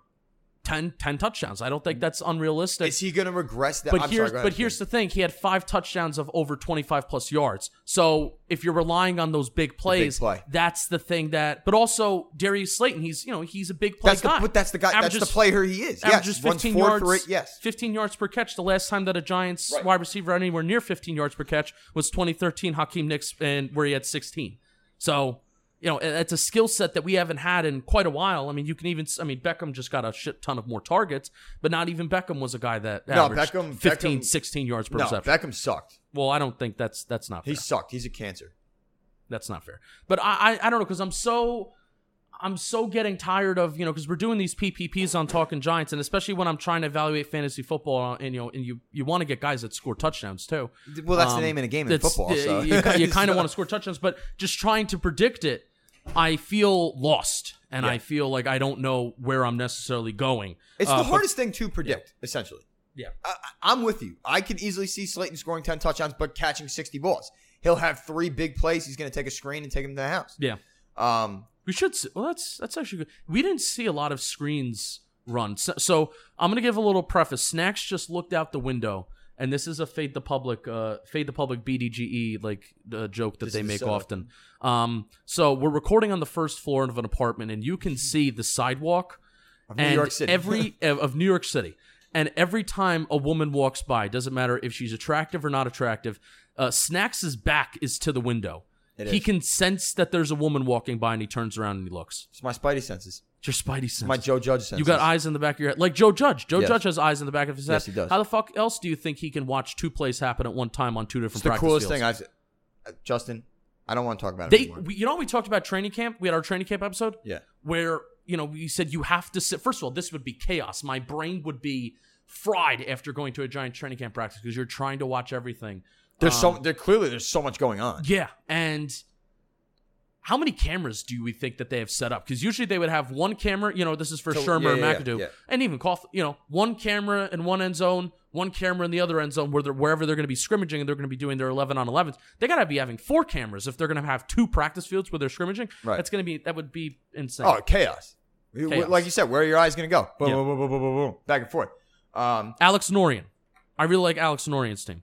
Speaker 2: 10, 10 touchdowns. I don't think that's unrealistic.
Speaker 1: Is he going to regress that?
Speaker 2: But
Speaker 1: I'm
Speaker 2: here's
Speaker 1: sorry, go ahead.
Speaker 2: but here's the thing: he had five touchdowns of over 25 plus yards. So if you're relying on those big plays,
Speaker 1: play.
Speaker 2: that's the thing that. But also Darius Slayton, he's you know he's a big play
Speaker 1: that's
Speaker 2: guy.
Speaker 1: the but that's the guy.
Speaker 2: Averages-
Speaker 1: that's the player he is. Yes,
Speaker 2: averages
Speaker 1: runs
Speaker 2: 15
Speaker 1: four
Speaker 2: yards.
Speaker 1: three- yes,
Speaker 2: 15 yards per catch. The last time that a Giants
Speaker 1: Right.
Speaker 2: wide receiver ran anywhere near 15 yards per catch was 2013 Hakeem Nicks, and where he had 16. So. You know, it's a skill set that we haven't had in quite a while. I mean, you can even, I mean, Beckham just got a shit ton of more targets, but not even Beckham was a guy that
Speaker 1: No,
Speaker 2: averaged
Speaker 1: Beckham-
Speaker 2: 15,
Speaker 1: Beckham-
Speaker 2: 16 yards per
Speaker 1: no,
Speaker 2: reception.
Speaker 1: Beckham sucked.
Speaker 2: Well, I don't think that's that's not
Speaker 1: He
Speaker 2: fair.
Speaker 1: sucked. He's a cancer.
Speaker 2: that's not fair. But I I, I don't know because I'm so I'm so getting tired of you know because we're doing these PPPs on Talking Giants and especially when I'm trying to evaluate fantasy football uh, and you know and you you want to get guys that score touchdowns too.
Speaker 1: Well, that's the
Speaker 2: Um,
Speaker 1: name of the game in
Speaker 2: that's-
Speaker 1: football.
Speaker 2: uh,
Speaker 1: So
Speaker 2: you, kind of want to score touchdowns, but just trying to predict it, I feel lost and
Speaker 1: Yeah.
Speaker 2: I feel like I don't know where I'm necessarily going.
Speaker 1: It's
Speaker 2: Uh,
Speaker 1: the
Speaker 2: but-
Speaker 1: hardest thing to predict, essentially.
Speaker 2: Yeah.
Speaker 1: I, I- I'm with you. I could easily see Slayton scoring ten touchdowns, but catching sixty balls. He'll have three big plays. He's going to take a screen and take him to the house.
Speaker 2: Yeah.
Speaker 1: Um,
Speaker 2: We should. s- Well, that's that's actually good. We didn't see a lot of screens run. So, so I'm gonna give a little preface. Snacks just looked out the window, and this is a fade the public, uh, fade the public BDGE E, like the joke that
Speaker 1: This
Speaker 2: they
Speaker 1: is
Speaker 2: make
Speaker 1: so-
Speaker 2: often. Um, so we're recording on the first floor of an apartment, and you can see the sidewalk
Speaker 1: of New
Speaker 2: and
Speaker 1: York City.
Speaker 2: every of of New York City. And every time a woman walks by, doesn't matter if she's attractive or not attractive, uh, Snacks' back is to the window.
Speaker 1: It
Speaker 2: he
Speaker 1: is.
Speaker 2: can sense that there's a woman walking by, and he turns around and he looks.
Speaker 1: it's my Spidey senses.
Speaker 2: It's your Spidey
Speaker 1: It's
Speaker 2: sense.
Speaker 1: my Joe Judge senses.
Speaker 2: you got eyes in the back of your head, like Joe Judge. Joe
Speaker 1: Yes.
Speaker 2: Judge has eyes in the back of his head.
Speaker 1: Yes, he does.
Speaker 2: How the fuck else do you think he can watch two plays happen at one time on two different?
Speaker 1: It's the
Speaker 2: practice
Speaker 1: coolest
Speaker 2: fields?
Speaker 1: thing I've. uh, Justin, I don't want to talk about it
Speaker 2: They,
Speaker 1: anymore.
Speaker 2: we, Um, you know, we talked about training camp. We had our training camp episode
Speaker 1: yeah.
Speaker 2: where you know we said you have to sit. First of all, this would be chaos. My brain would be fried after going to a giant training camp practice because you're trying to watch everything.
Speaker 1: There's so
Speaker 2: Um,
Speaker 1: there clearly there's so much going on.
Speaker 2: Yeah, and how many cameras do we think that they have set up? Because usually they would have one camera. You know, this is for
Speaker 1: So-
Speaker 2: Shermer
Speaker 1: yeah,
Speaker 2: and
Speaker 1: yeah, yeah,
Speaker 2: McAdoo,
Speaker 1: yeah.
Speaker 2: and even Cough. You know, one camera in one end zone, one camera in the other end zone, where they're, wherever they're going to be scrimmaging and they're going to be doing their eleven on elevens. They got to be having four cameras if they're going to have two practice fields where they're scrimmaging.
Speaker 1: Right.
Speaker 2: That's going to be that would be insane.
Speaker 1: Oh, chaos. You-
Speaker 2: Chaos.
Speaker 1: Like you said, where are your eyes going to go? Boom,
Speaker 2: Yeah.
Speaker 1: boom, boom, boom, boom, boom, boom, back and forth. Um,
Speaker 2: Alex Norian. I really like Alex Norian's team.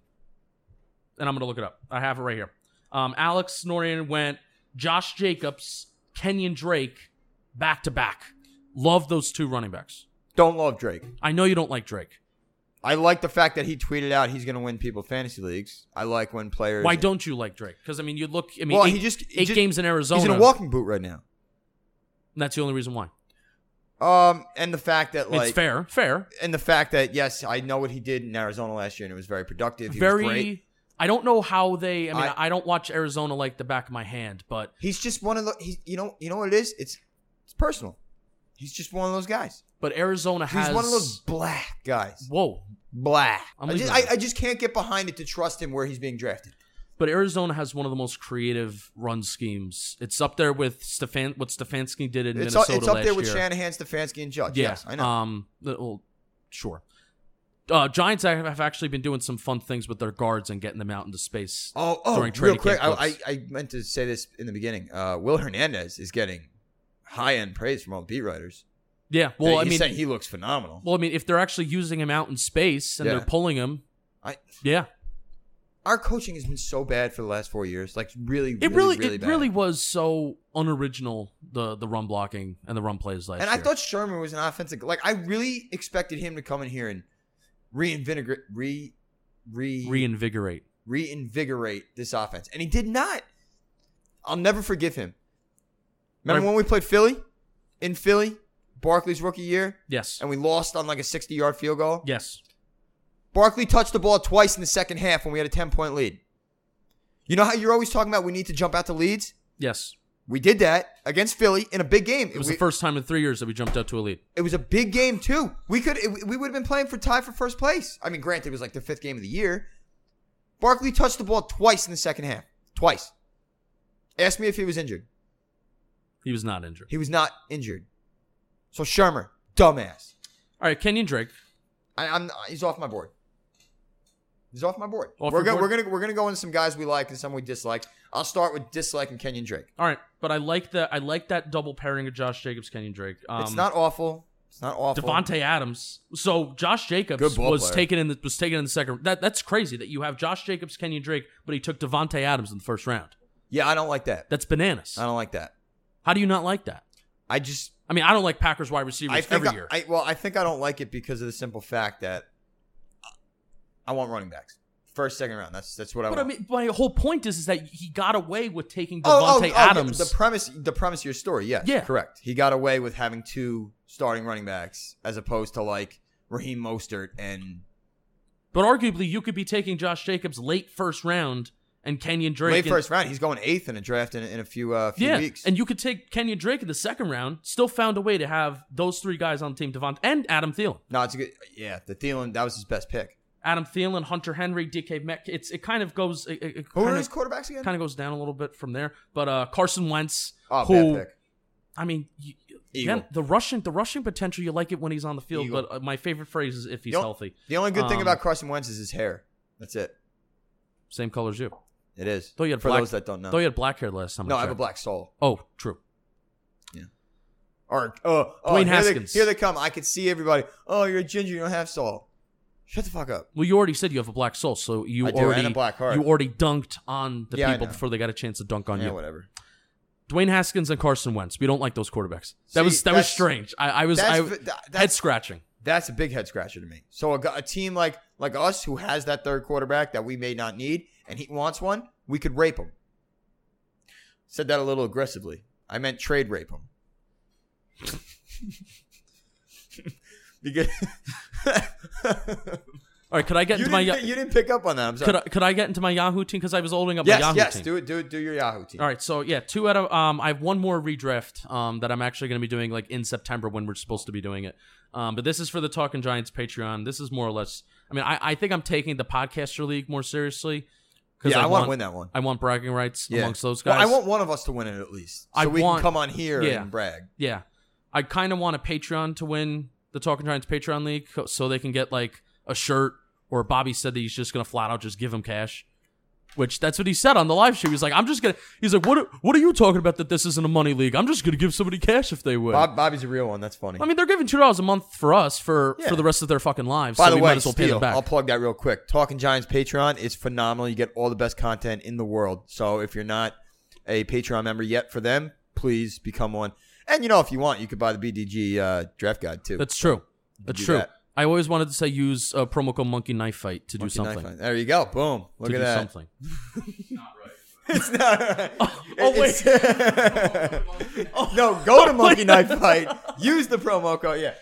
Speaker 2: And I'm going to look it up. I have it right here. Um, Alex Norian went Josh Jacobs, Kenyon Drake, back to back. Love those two running backs.
Speaker 1: don't love Drake.
Speaker 2: I know you don't like Drake.
Speaker 1: I like the fact that he tweeted out he's going to win people fantasy leagues. I like when players.
Speaker 2: Why don't you like Drake? Because I mean, you look. I mean,
Speaker 1: Well,
Speaker 2: eight,
Speaker 1: he just- he
Speaker 2: eight
Speaker 1: just-
Speaker 2: games in Arizona.
Speaker 1: He's in a walking boot right now.
Speaker 2: and that's the only reason why.
Speaker 1: Um, and the fact that
Speaker 2: I mean,
Speaker 1: like,
Speaker 2: it's fair, fair,
Speaker 1: and the fact that yes, I know what he did in Arizona last year, and it was very productive. He was great.
Speaker 2: very. I don't know how they. I mean,
Speaker 1: I-
Speaker 2: I, don't watch Arizona like the back of my hand, but
Speaker 1: He's just one of the. He, you know, you know what it is. It's it's personal. He's just one of those guys.
Speaker 2: but Arizona
Speaker 1: He's
Speaker 2: has
Speaker 1: one of those black guys.
Speaker 2: Whoa,
Speaker 1: Black.
Speaker 2: I'm
Speaker 1: I just,
Speaker 2: leaving.
Speaker 1: I, I just can't get behind it to trust him where he's being drafted.
Speaker 2: but Arizona has one of the most creative run schemes. It's up there with Stefan what Stefanski did in
Speaker 1: It's, up-
Speaker 2: Minnesota
Speaker 1: it's up
Speaker 2: last
Speaker 1: there with
Speaker 2: year.
Speaker 1: Shanahan, Stefanski, and Judge.
Speaker 2: Yeah,
Speaker 1: Yes, I know.
Speaker 2: Um, the- well, sure. Uh, Giants have have actually been doing some fun things with their guards and getting them out into space.
Speaker 1: oh, oh,
Speaker 2: during
Speaker 1: real
Speaker 2: training
Speaker 1: quick.
Speaker 2: camp
Speaker 1: I, I,
Speaker 2: looks.
Speaker 1: I meant to say this in the beginning. Uh, Will Hernandez is getting high end praise from all the beat writers.
Speaker 2: yeah, well, I
Speaker 1: He's
Speaker 2: mean,
Speaker 1: saying he looks phenomenal.
Speaker 2: well, I mean, if they're actually using him out in space and
Speaker 1: Yeah.
Speaker 2: they're pulling him,
Speaker 1: I-
Speaker 2: yeah,
Speaker 1: Our coaching has been so bad for the last four years. Like really,
Speaker 2: it really,
Speaker 1: really, really
Speaker 2: it
Speaker 1: bad.
Speaker 2: really was so unoriginal the the run blocking and the run plays last
Speaker 1: and
Speaker 2: year.
Speaker 1: I thought Sherman was an offensive. Like I really expected him to come in here and reinvigorate, re, re,
Speaker 2: reinvigorate.
Speaker 1: reinvigorate this offense, and he did not. I'll never forgive him. Remember
Speaker 2: Right.
Speaker 1: when we played Philly in Philly, Barkley's rookie year,
Speaker 2: Yes,
Speaker 1: and we lost on like a sixty-yard field goal.
Speaker 2: yes,
Speaker 1: Barkley touched the ball twice in the second half when we had a ten-point lead. You know how you're always talking about we need to jump out to leads.
Speaker 2: yes.
Speaker 1: We did that against Philly in a big game.
Speaker 2: It was
Speaker 1: we,
Speaker 2: the first time in three years that we jumped out to a lead.
Speaker 1: It was a big game too. We could it, we would have been playing for tie for first place. I mean, granted, it was like the fifth game of the year. Barkley touched the ball twice in the second half. Twice. Ask me if he was injured.
Speaker 2: He was not injured.
Speaker 1: He was not injured. So Shermer, dumbass.
Speaker 2: All right, Kenyon Drake.
Speaker 1: I, I'm he's off my board. He's off my board.
Speaker 2: Off
Speaker 1: we're
Speaker 2: your
Speaker 1: gonna
Speaker 2: board?
Speaker 1: we're gonna we're gonna go into some guys we like and some we dislike. I'll start with disliking Kenyon Drake.
Speaker 2: All right, but I like that. I like that double pairing of Josh Jacobs, Kenyon Drake. Um,
Speaker 1: it's not awful. It's not awful.
Speaker 2: Devonte Adams. So Josh Jacobs
Speaker 1: Good ball
Speaker 2: was
Speaker 1: player.
Speaker 2: taken in the was taken in the second. That that's crazy that you have Josh Jacobs, Kenyon Drake, but he took Devonte Adams in the first round.
Speaker 1: Yeah, I don't like that.
Speaker 2: That's bananas.
Speaker 1: I don't like that.
Speaker 2: How do you not like that?
Speaker 1: I just
Speaker 2: I mean, I don't like Packers wide receivers
Speaker 1: I think
Speaker 2: every
Speaker 1: I,
Speaker 2: year.
Speaker 1: I- well, I think I don't like it because of the simple fact that I want running backs first, second round. That's that's what I
Speaker 2: but I
Speaker 1: want.
Speaker 2: mean, my whole point is is that he got away with taking Devonte
Speaker 1: Oh, oh, oh, yeah,
Speaker 2: Adams.
Speaker 1: the premise, the premise of your story, yes,
Speaker 2: Yeah.
Speaker 1: correct. He got away with having two starting running backs as opposed to like Raheem Mostert and
Speaker 2: but arguably, you could be taking Josh Jacobs late first round and Kenyon Drake
Speaker 1: late
Speaker 2: in-
Speaker 1: first round. He's going eighth in a draft in, in a few uh, few
Speaker 2: Yeah,
Speaker 1: weeks.
Speaker 2: and you could take Kenyon Drake in the second round. Still found a way to have those three guys on the team: Devonte and Adam Thielen.
Speaker 1: no, it's a good. Yeah, the Thielen that was his best pick.
Speaker 2: Adam Thielen, Hunter Henry, DK Metc. It's it kind of goes it, it- it
Speaker 1: Who are
Speaker 2: kind,
Speaker 1: his
Speaker 2: of,
Speaker 1: quarterbacks again?
Speaker 2: kind of goes down a little bit from there. But uh, Carson Wentz,
Speaker 1: oh,
Speaker 2: who
Speaker 1: bad pick.
Speaker 2: I mean, you,
Speaker 1: Eagle.
Speaker 2: man, the rushing the rushing potential you like it when he's on the field.
Speaker 1: Eagle.
Speaker 2: But uh, my favorite phrase is if he's
Speaker 1: The on-
Speaker 2: healthy,
Speaker 1: The only good thing
Speaker 2: Um,
Speaker 1: about Carson Wentz is his hair. That's it.
Speaker 2: same color as you.
Speaker 1: It is.
Speaker 2: Though you had
Speaker 1: For
Speaker 2: black,
Speaker 1: those that don't know.
Speaker 2: though you had black hair last time.
Speaker 1: no, I
Speaker 2: checked.
Speaker 1: have a black soul.
Speaker 2: Oh, true.
Speaker 1: Or oh, oh
Speaker 2: Dwayne
Speaker 1: here
Speaker 2: Haskins.
Speaker 1: They, here they come. I can see everybody. Oh, you're a ginger. You don't have soul. Shut the fuck up.
Speaker 2: Well, you already said you have a black soul, so you
Speaker 1: I do, and
Speaker 2: already
Speaker 1: a black heart.
Speaker 2: you already dunked on the
Speaker 1: Yeah, I
Speaker 2: people
Speaker 1: know.
Speaker 2: before they got a chance to dunk on
Speaker 1: yeah,
Speaker 2: you.
Speaker 1: whatever.
Speaker 2: Dwayne Haskins and Carson Wentz. We don't like those quarterbacks.
Speaker 1: See,
Speaker 2: That was that was
Speaker 1: that's-
Speaker 2: strange. I, I was
Speaker 1: that's
Speaker 2: I,
Speaker 1: v- tha-
Speaker 2: head
Speaker 1: that's-
Speaker 2: scratching.
Speaker 1: That's a big head scratcher to me. So a, gu- a team like like us who has that third quarterback that we may not need, and he wants one, we could rape him. Said that a little aggressively. I meant trade rape him. because
Speaker 2: All right, could I get
Speaker 1: you,
Speaker 2: into my
Speaker 1: didn't, you didn't pick up on that. I'm sorry.
Speaker 2: could I, could I get into my Yahoo team because I was holding up
Speaker 1: yes,
Speaker 2: my Yahoo
Speaker 1: yes.
Speaker 2: team.
Speaker 1: Do it. Do it. Do your Yahoo team.
Speaker 2: All right, so yeah, two out of um, I have one more redraft um that I'm actually going to be doing like in September when we're supposed to be doing it. Um, but this is for the Talking Giants Patreon. This is more or less. I mean, I, I think I'm taking the podcaster league more seriously because
Speaker 1: Yeah, I,
Speaker 2: I,
Speaker 1: want to win that one.
Speaker 2: I want bragging rights
Speaker 1: Yeah.
Speaker 2: amongst those
Speaker 1: Well,
Speaker 2: guys.
Speaker 1: I want one of us to win it at least, so
Speaker 2: I
Speaker 1: we
Speaker 2: want-
Speaker 1: can come on here
Speaker 2: yeah.
Speaker 1: and brag.
Speaker 2: Yeah. I kind of want a Patreon to win the Talking Giants Patreon League co- so they can get like a shirt or Bobby said that he's just going to flat out just give him cash. Which that's what he said on the live stream. He's like, I'm just gonna. He's like, what? What are you talking about? That this isn't a money league. I'm just gonna give somebody cash if they win.
Speaker 1: Bob, Bobby's a real one. That's funny.
Speaker 2: I mean, they're giving two dollars a month for us for
Speaker 1: Yeah.
Speaker 2: for the rest of their fucking lives.
Speaker 1: By
Speaker 2: so
Speaker 1: the
Speaker 2: we
Speaker 1: way,
Speaker 2: might as well pay
Speaker 1: Steele,
Speaker 2: them back.
Speaker 1: I'll plug that real quick. Talking Giants Patreon is phenomenal. You get all the best content in the world. So if you're not a Patreon member yet for them, please become one. And you know, if you want, you could buy the BDG uh, draft guide too.
Speaker 2: that's true. That's
Speaker 1: do
Speaker 2: true.
Speaker 1: that.
Speaker 2: I always wanted to say use uh, promo code Monkey Knife Fight to do
Speaker 1: Monkey Knife
Speaker 2: something.
Speaker 1: Hunt. There you go. Boom. Look
Speaker 2: to
Speaker 1: at
Speaker 2: do
Speaker 1: that.
Speaker 2: something.
Speaker 1: It's not. Oh,
Speaker 2: oh, wait.
Speaker 1: no, go to Monkey Knife Fight. Use the promo code. Yeah.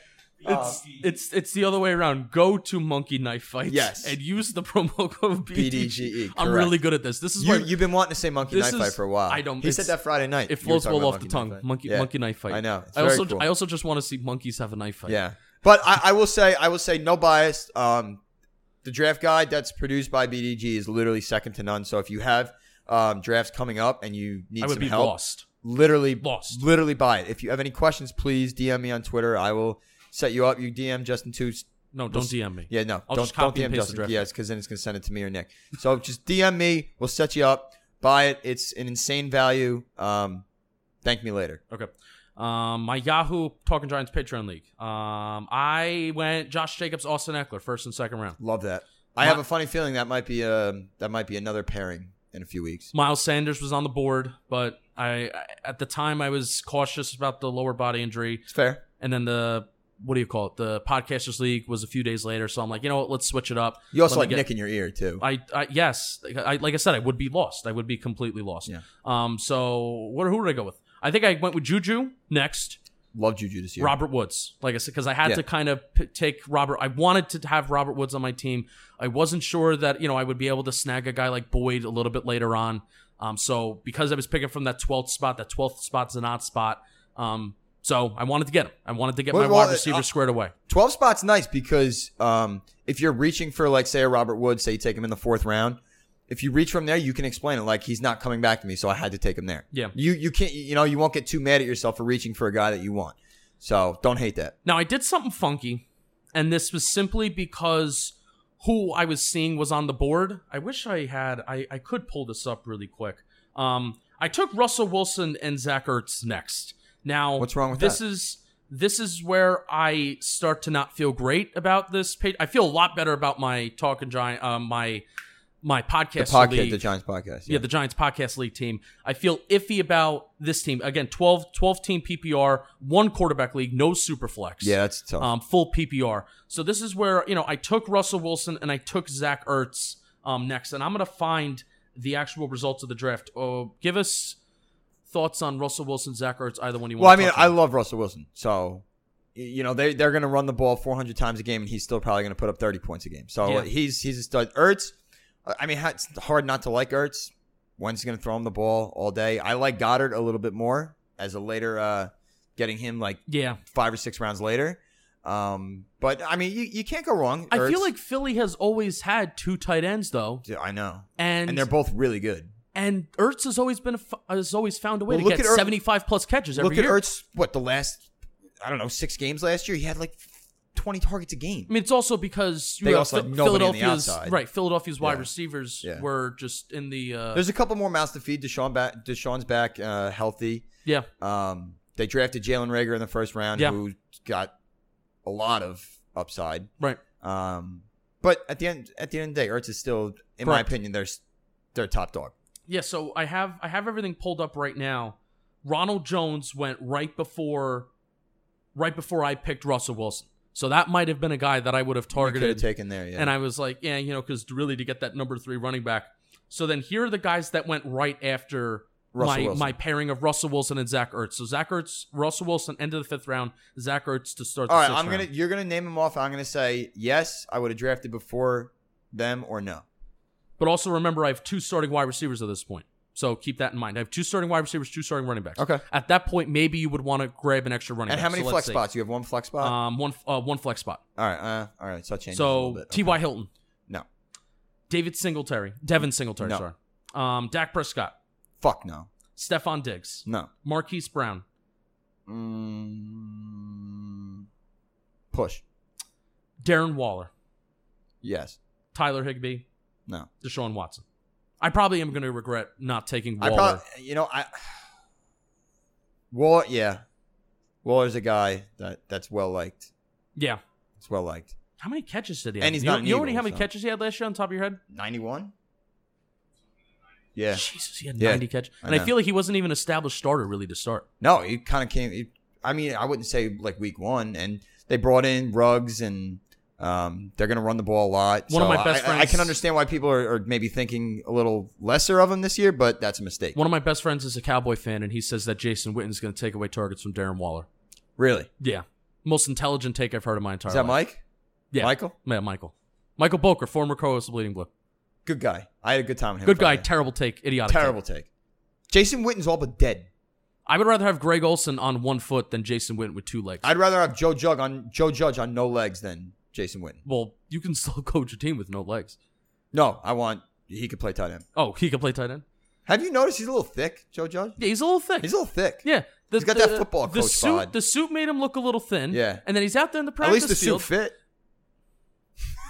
Speaker 2: It's
Speaker 1: Uh,
Speaker 2: it's it's the other way around. Go to Monkey Knife Fights
Speaker 1: Yes.
Speaker 2: and use the promo code BDG.
Speaker 1: BDGE.
Speaker 2: I'm
Speaker 1: E, correct.
Speaker 2: really good at this. This is
Speaker 1: You,
Speaker 2: why
Speaker 1: you've been wanting to say Monkey
Speaker 2: This
Speaker 1: Knife Fight
Speaker 2: is-
Speaker 1: for a while.
Speaker 2: I don't-
Speaker 1: He said
Speaker 2: it's-
Speaker 1: that Friday night.
Speaker 2: it
Speaker 1: You were
Speaker 2: flows
Speaker 1: talking
Speaker 2: well
Speaker 1: about
Speaker 2: off the
Speaker 1: Monkey Knife
Speaker 2: tongue.
Speaker 1: Fight.
Speaker 2: Monkey
Speaker 1: Yeah.
Speaker 2: Monkey Knife Fight.
Speaker 1: I know. It's
Speaker 2: I
Speaker 1: very
Speaker 2: also
Speaker 1: cool.
Speaker 2: I also just want to see monkeys have a knife fight.
Speaker 1: Yeah, but I, I will say, I will say, no bias. Um, the draft guide that's produced by BDG is literally second to none. So if you have um, drafts coming up and you need
Speaker 2: I would
Speaker 1: some
Speaker 2: be
Speaker 1: help,
Speaker 2: lost.
Speaker 1: literally
Speaker 2: Lost.
Speaker 1: literally buy it. If you have any questions, please DM me on Twitter. I will set you up. You DM Justin two.
Speaker 2: No, don't DM me.
Speaker 1: Yeah, no,
Speaker 2: I'll
Speaker 1: don't
Speaker 2: just copy
Speaker 1: don't DM
Speaker 2: and paste the
Speaker 1: Justin.
Speaker 2: draft.
Speaker 1: Yes, because then it's gonna send it to me or Nick. So just DM me. We'll set you up. Buy it. It's an insane value. Um, thank me later.
Speaker 2: Okay. Um, my Yahoo Talking Giants Patreon League. Um, I went Josh Jacobs, Austin Eckler, first and second round.
Speaker 1: Love that. I
Speaker 2: My-
Speaker 1: have a funny feeling that might be um that might be another pairing in a few weeks.
Speaker 2: Miles Sanders was on the board, but I, I at the time I was cautious about the lower body injury,
Speaker 1: It's fair.
Speaker 2: and then the what do you call it? The Podcasters League was a few days later, so I'm like, you know what? Let's switch it up.
Speaker 1: You also
Speaker 2: Let me
Speaker 1: like
Speaker 2: get-
Speaker 1: Nick in your ear too.
Speaker 2: I, I yes, I, like I said, I would be lost. I would be completely lost.
Speaker 1: Yeah.
Speaker 2: Um. So what? Who did I go with? I think I went with Juju next.
Speaker 1: Love Juju this year.
Speaker 2: Robert Woods. Like I said, because I had
Speaker 1: Yeah.
Speaker 2: to kind of p- take Robert. I wanted to have Robert Woods on my team. I wasn't sure that you know I would be able to snag a guy like Boyd a little bit later on. Um, so because I was picking from that twelfth spot, that twelfth spot's an odd spot. Um, so I wanted to get him. I wanted to get
Speaker 1: Well,
Speaker 2: my
Speaker 1: well,
Speaker 2: wide receiver
Speaker 1: uh,
Speaker 2: squared away.
Speaker 1: Twelve spots nice because um, if you're reaching for like say a Robert Woods, say you take him in the fourth round. If you reach from there, you can explain it like he's not coming back to me, so I had to take him there.
Speaker 2: Yeah.
Speaker 1: You you can't you know you won't get too mad at yourself for reaching for a guy that you want. So don't hate that.
Speaker 2: Now I did something funky, and this was simply because who I was seeing was on the board. I wish I had. I I could pull this up really quick. Um, I took Russell Wilson and Zach Ertz next. Now
Speaker 1: What's wrong with
Speaker 2: this
Speaker 1: that?
Speaker 2: is this is where I start to not feel great about this page. I feel a lot better about my talking giant, uh, my my
Speaker 1: The
Speaker 2: podcast,
Speaker 1: podcast,
Speaker 2: league
Speaker 1: the Giants podcast.
Speaker 2: yeah. the Giants podcast league team. I feel iffy about this team. Again, 12, 12 team PPR, one quarterback league, no super flex.
Speaker 1: yeah, that's tough.
Speaker 2: Um, full PPR. So this is where, you know, I took Russell Wilson and I took Zach Ertz um, next. And I'm going to find the actual results of the draft. Oh, give us thoughts on Russell Wilson, Zach Ertz, either one you
Speaker 1: Well, I
Speaker 2: want
Speaker 1: mean,
Speaker 2: to
Speaker 1: I love Russell Wilson. So, y- you know, they they're going to run the ball 400 times a game, and he's still probably going to put up 30 points a game. So
Speaker 2: Yeah.
Speaker 1: he's he's a stud. Ertz, uh, I mean, ha- it's hard not to like Ertz. When's going to throw him the ball all day? I like Goddard a little bit more as a later, uh, getting him like
Speaker 2: Yeah.
Speaker 1: five or six rounds later. Um, but I mean, you, you can't go wrong.
Speaker 2: I feel
Speaker 1: Ertz-
Speaker 2: like Philly has always had two tight ends, though.
Speaker 1: Yeah, I know,
Speaker 2: And
Speaker 1: and they're both really good.
Speaker 2: and Ertz has always been a f has always found a way
Speaker 1: Well,
Speaker 2: to
Speaker 1: look
Speaker 2: get
Speaker 1: at Ertz-
Speaker 2: 75 plus catches every
Speaker 1: Look
Speaker 2: year.
Speaker 1: at Ertz. What the last, I don't know, six games last year, he had like 20 targets a game.
Speaker 2: I mean, it's also because you
Speaker 1: They
Speaker 2: know,
Speaker 1: also had
Speaker 2: Phil-
Speaker 1: nobody on the
Speaker 2: Philadelphia's
Speaker 1: outside.
Speaker 2: right. Philadelphia's wide
Speaker 1: Yeah.
Speaker 2: receivers
Speaker 1: Yeah.
Speaker 2: were just in the uh,
Speaker 1: There's a couple more mouths to feed. Deshaun back. Deshaun's back, uh, healthy.
Speaker 2: yeah.
Speaker 1: Um, they drafted Jalen Rager in the first round,
Speaker 2: Yeah.
Speaker 1: who got a lot of upside.
Speaker 2: Right.
Speaker 1: Um, but at the end, at the end of the day, Ertz is still, in my
Speaker 2: Correct.
Speaker 1: opinion, their their top dog.
Speaker 2: Yeah, so I have I have everything pulled up right now. Ronald Jones went right before right before I picked Russell Wilson. So that might have been a guy that I would have
Speaker 1: Could have
Speaker 2: targeted.
Speaker 1: taken there, yeah.
Speaker 2: And I was like, yeah, you know, cuz really to get that number 3 running back. So then here are the guys that went right after
Speaker 1: Russell
Speaker 2: my,
Speaker 1: Wilson.
Speaker 2: my pairing of Russell Wilson and Zach Ertz. So Zach Ertz, Russell Wilson, end of the fifth round. Zach Ertz to start.
Speaker 1: All
Speaker 2: the
Speaker 1: right,
Speaker 2: sixth
Speaker 1: I'm gonna
Speaker 2: round.
Speaker 1: you're gonna name them off. I'm gonna say yes. I would have drafted before them or no.
Speaker 2: But also remember, I have two starting wide receivers at this point. So keep that in mind. I have two starting wide receivers, two starting running backs.
Speaker 1: Okay.
Speaker 2: At that point, maybe you would want to grab an extra running
Speaker 1: And
Speaker 2: back.
Speaker 1: how many
Speaker 2: So let's
Speaker 1: flex
Speaker 2: see.
Speaker 1: spots? You have one flex spot.
Speaker 2: Um, one uh, one flex spot.
Speaker 1: all right, uh, all right. So I changed. a little
Speaker 2: So
Speaker 1: bit.
Speaker 2: T.Y. Hilton,
Speaker 1: No,
Speaker 2: David Singletary, Devin Singletary,
Speaker 1: Mm. No.
Speaker 2: sorry. Um, Dak Prescott,
Speaker 1: fuck no,
Speaker 2: Stephon Diggs,
Speaker 1: no.
Speaker 2: Marquise Brown,
Speaker 1: Mm, push.
Speaker 2: Darren Waller,
Speaker 1: Yes.
Speaker 2: Tyler Higbee,
Speaker 1: No.
Speaker 2: Deshaun Watson. I probably am going to regret not taking Waller.
Speaker 1: I probably, you know, I. Waller, yeah. Waller's a guy that that's well liked.
Speaker 2: yeah.
Speaker 1: It's well liked.
Speaker 2: How many catches did he have?
Speaker 1: And he's
Speaker 2: you
Speaker 1: not
Speaker 2: know,
Speaker 1: an
Speaker 2: you know already
Speaker 1: Eagle,
Speaker 2: how many
Speaker 1: so.
Speaker 2: catches he had last year on top of your head?
Speaker 1: Ninety-one. Yeah.
Speaker 2: Jesus, he had
Speaker 1: Yeah,
Speaker 2: 90 catch.
Speaker 1: I
Speaker 2: And I,
Speaker 1: know.
Speaker 2: feel like he wasn't even established starter really to start.
Speaker 1: No, he kind of came. He, I mean, I wouldn't say like week one, and they brought in Rugs, and um, they're gonna run the ball a lot.
Speaker 2: One of
Speaker 1: So
Speaker 2: my best
Speaker 1: I- I, I can
Speaker 2: friends-
Speaker 1: understand why people are, are maybe thinking a little lesser of him this year, but that's a mistake.
Speaker 2: One of my best friends is a Cowboy fan, and he says that Jason Witten's going to take away targets from Darren Waller.
Speaker 1: Really.
Speaker 2: Yeah. most intelligent take I've heard in my entire
Speaker 1: Is that
Speaker 2: life.
Speaker 1: Mike?
Speaker 2: Yeah.
Speaker 1: Michael?
Speaker 2: Yeah, Michael. Michael Boker, former co-host of Bleeding Blue.
Speaker 1: Good guy. I had a good time with him.
Speaker 2: Good guy,
Speaker 1: Friday.
Speaker 2: terrible take, idiotic. take.
Speaker 1: Terrible take. Jason Witten's all but dead.
Speaker 2: I would rather have Greg Olson on one foot than Jason Witten with two legs.
Speaker 1: I'd rather have Joe Jug on Joe Judge on no legs than Jason Witten.
Speaker 2: well, you can still coach a team with no legs.
Speaker 1: No, I want he could play tight end.
Speaker 2: Oh, he can play tight end.
Speaker 1: Have you noticed he's a little thick, Joe Judge?
Speaker 2: Yeah, he's a little thick.
Speaker 1: He's a little thick.
Speaker 2: yeah, the,
Speaker 1: He's got
Speaker 2: the-
Speaker 1: that football
Speaker 2: the
Speaker 1: coach
Speaker 2: suit,
Speaker 1: bod.
Speaker 2: The suit made him look a little thin.
Speaker 1: Yeah.
Speaker 2: and then he's out there in the
Speaker 1: At
Speaker 2: practice
Speaker 1: least the suit
Speaker 2: field.
Speaker 1: fit.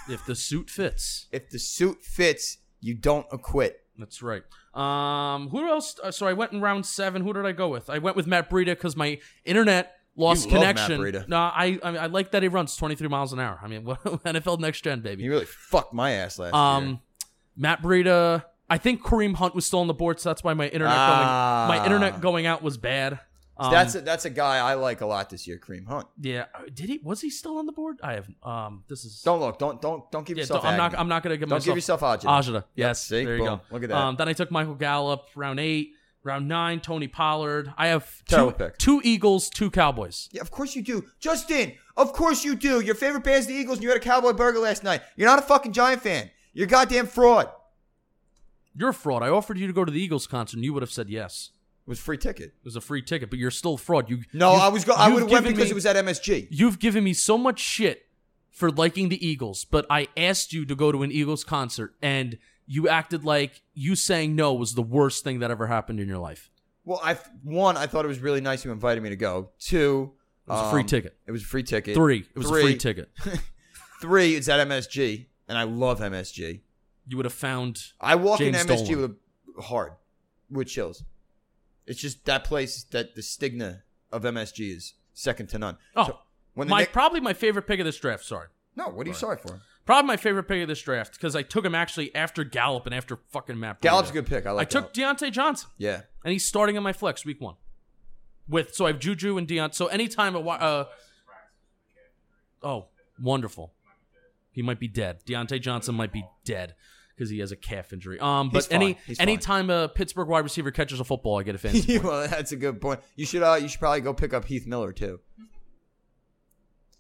Speaker 2: if the suit fits,
Speaker 1: If the suit fits, you don't acquit.
Speaker 2: that's right. Um, who else? Uh, so I went in round seven. Who did I go with? I went with Matt Breida because my internet lost
Speaker 1: You love Matt
Speaker 2: connection.
Speaker 1: Breida.
Speaker 2: No, I I, mean, I like that he runs 23 miles an hour. I mean, NFL next gen baby.
Speaker 1: He really fucked my ass last year.
Speaker 2: Um, Matt Breida. I think Kareem Hunt was still on the board, so that's why my internet
Speaker 1: Ah.
Speaker 2: going, my internet going out was bad. Um,
Speaker 1: that's a, that's a guy I like a lot this year, Cream Hunt.
Speaker 2: yeah. Did he? Was he still on the board? I have. Um, this is.
Speaker 1: Don't look. Don't don't don't give
Speaker 2: yeah,
Speaker 1: yourself.
Speaker 2: don't- I'm not.
Speaker 1: agony.
Speaker 2: I'm not gonna give
Speaker 1: Don't
Speaker 2: myself.
Speaker 1: give yourself agita.
Speaker 2: Ajita. Yes.
Speaker 1: see?
Speaker 2: there you
Speaker 1: Boom.
Speaker 2: go.
Speaker 1: Look at that.
Speaker 2: Um, then I took Michael Gallup round eight, round nine. Tony Pollard. I have two,
Speaker 1: Terrible pick.
Speaker 2: two Eagles, two Cowboys.
Speaker 1: Yeah, of course you do, Justin. Of course you do. Your favorite band's the Eagles, and you had a Cowboy burger last night. You're not a fucking Giant fan. You're a goddamn fraud. It
Speaker 2: You're a fraud. I offered you to go to the Eagles concert, and you would have said yes.
Speaker 1: was a free ticket.
Speaker 2: It was a free ticket, but you're still a fraud. You
Speaker 1: No,
Speaker 2: you-
Speaker 1: I was. Go- I
Speaker 2: you've
Speaker 1: would have went
Speaker 2: given
Speaker 1: because
Speaker 2: me-
Speaker 1: it was at MSG.
Speaker 2: You've given me so much shit for liking the Eagles, but I asked you to go to an Eagles concert and you acted like you saying no was the worst thing that ever happened in your life.
Speaker 1: Well, I one, I thought it was really nice you invited me to go. Two,
Speaker 2: It was a free
Speaker 1: um,
Speaker 2: ticket.
Speaker 1: It was a free ticket.
Speaker 2: Three, it was
Speaker 1: Three-
Speaker 2: a free ticket.
Speaker 1: Three, it's at MSG, and I love MSG.
Speaker 2: You would have found
Speaker 1: I walk
Speaker 2: James
Speaker 1: in MSG
Speaker 2: Dolan.
Speaker 1: with a hard, with chills. It's just that place that the stigma of MSG is second to none.
Speaker 2: oh
Speaker 1: when the
Speaker 2: my
Speaker 1: Knick-
Speaker 2: probably my favorite pick of this draft. Sorry,
Speaker 1: no, what are you sorry for?
Speaker 2: probably my favorite pick of this draft because I took him actually after Gallup and after fucking Matt.
Speaker 1: Gallup's
Speaker 2: Breida.
Speaker 1: a good pick. I like.
Speaker 2: I took Deontay Johnson.
Speaker 1: Yeah.
Speaker 2: and he's starting in my flex week one. With so I have Juju and Deion. So anytime a wi- uh, oh wonderful, he might be dead. Deontay Johnson might be dead because he has a calf injury. Um, but
Speaker 1: He's fine.
Speaker 2: any
Speaker 1: He's
Speaker 2: anytime a Pittsburgh wide receiver catches a football, I get a fantasy.
Speaker 1: well, that's a good point. You should. Uh, you should probably go pick up Heath Miller too.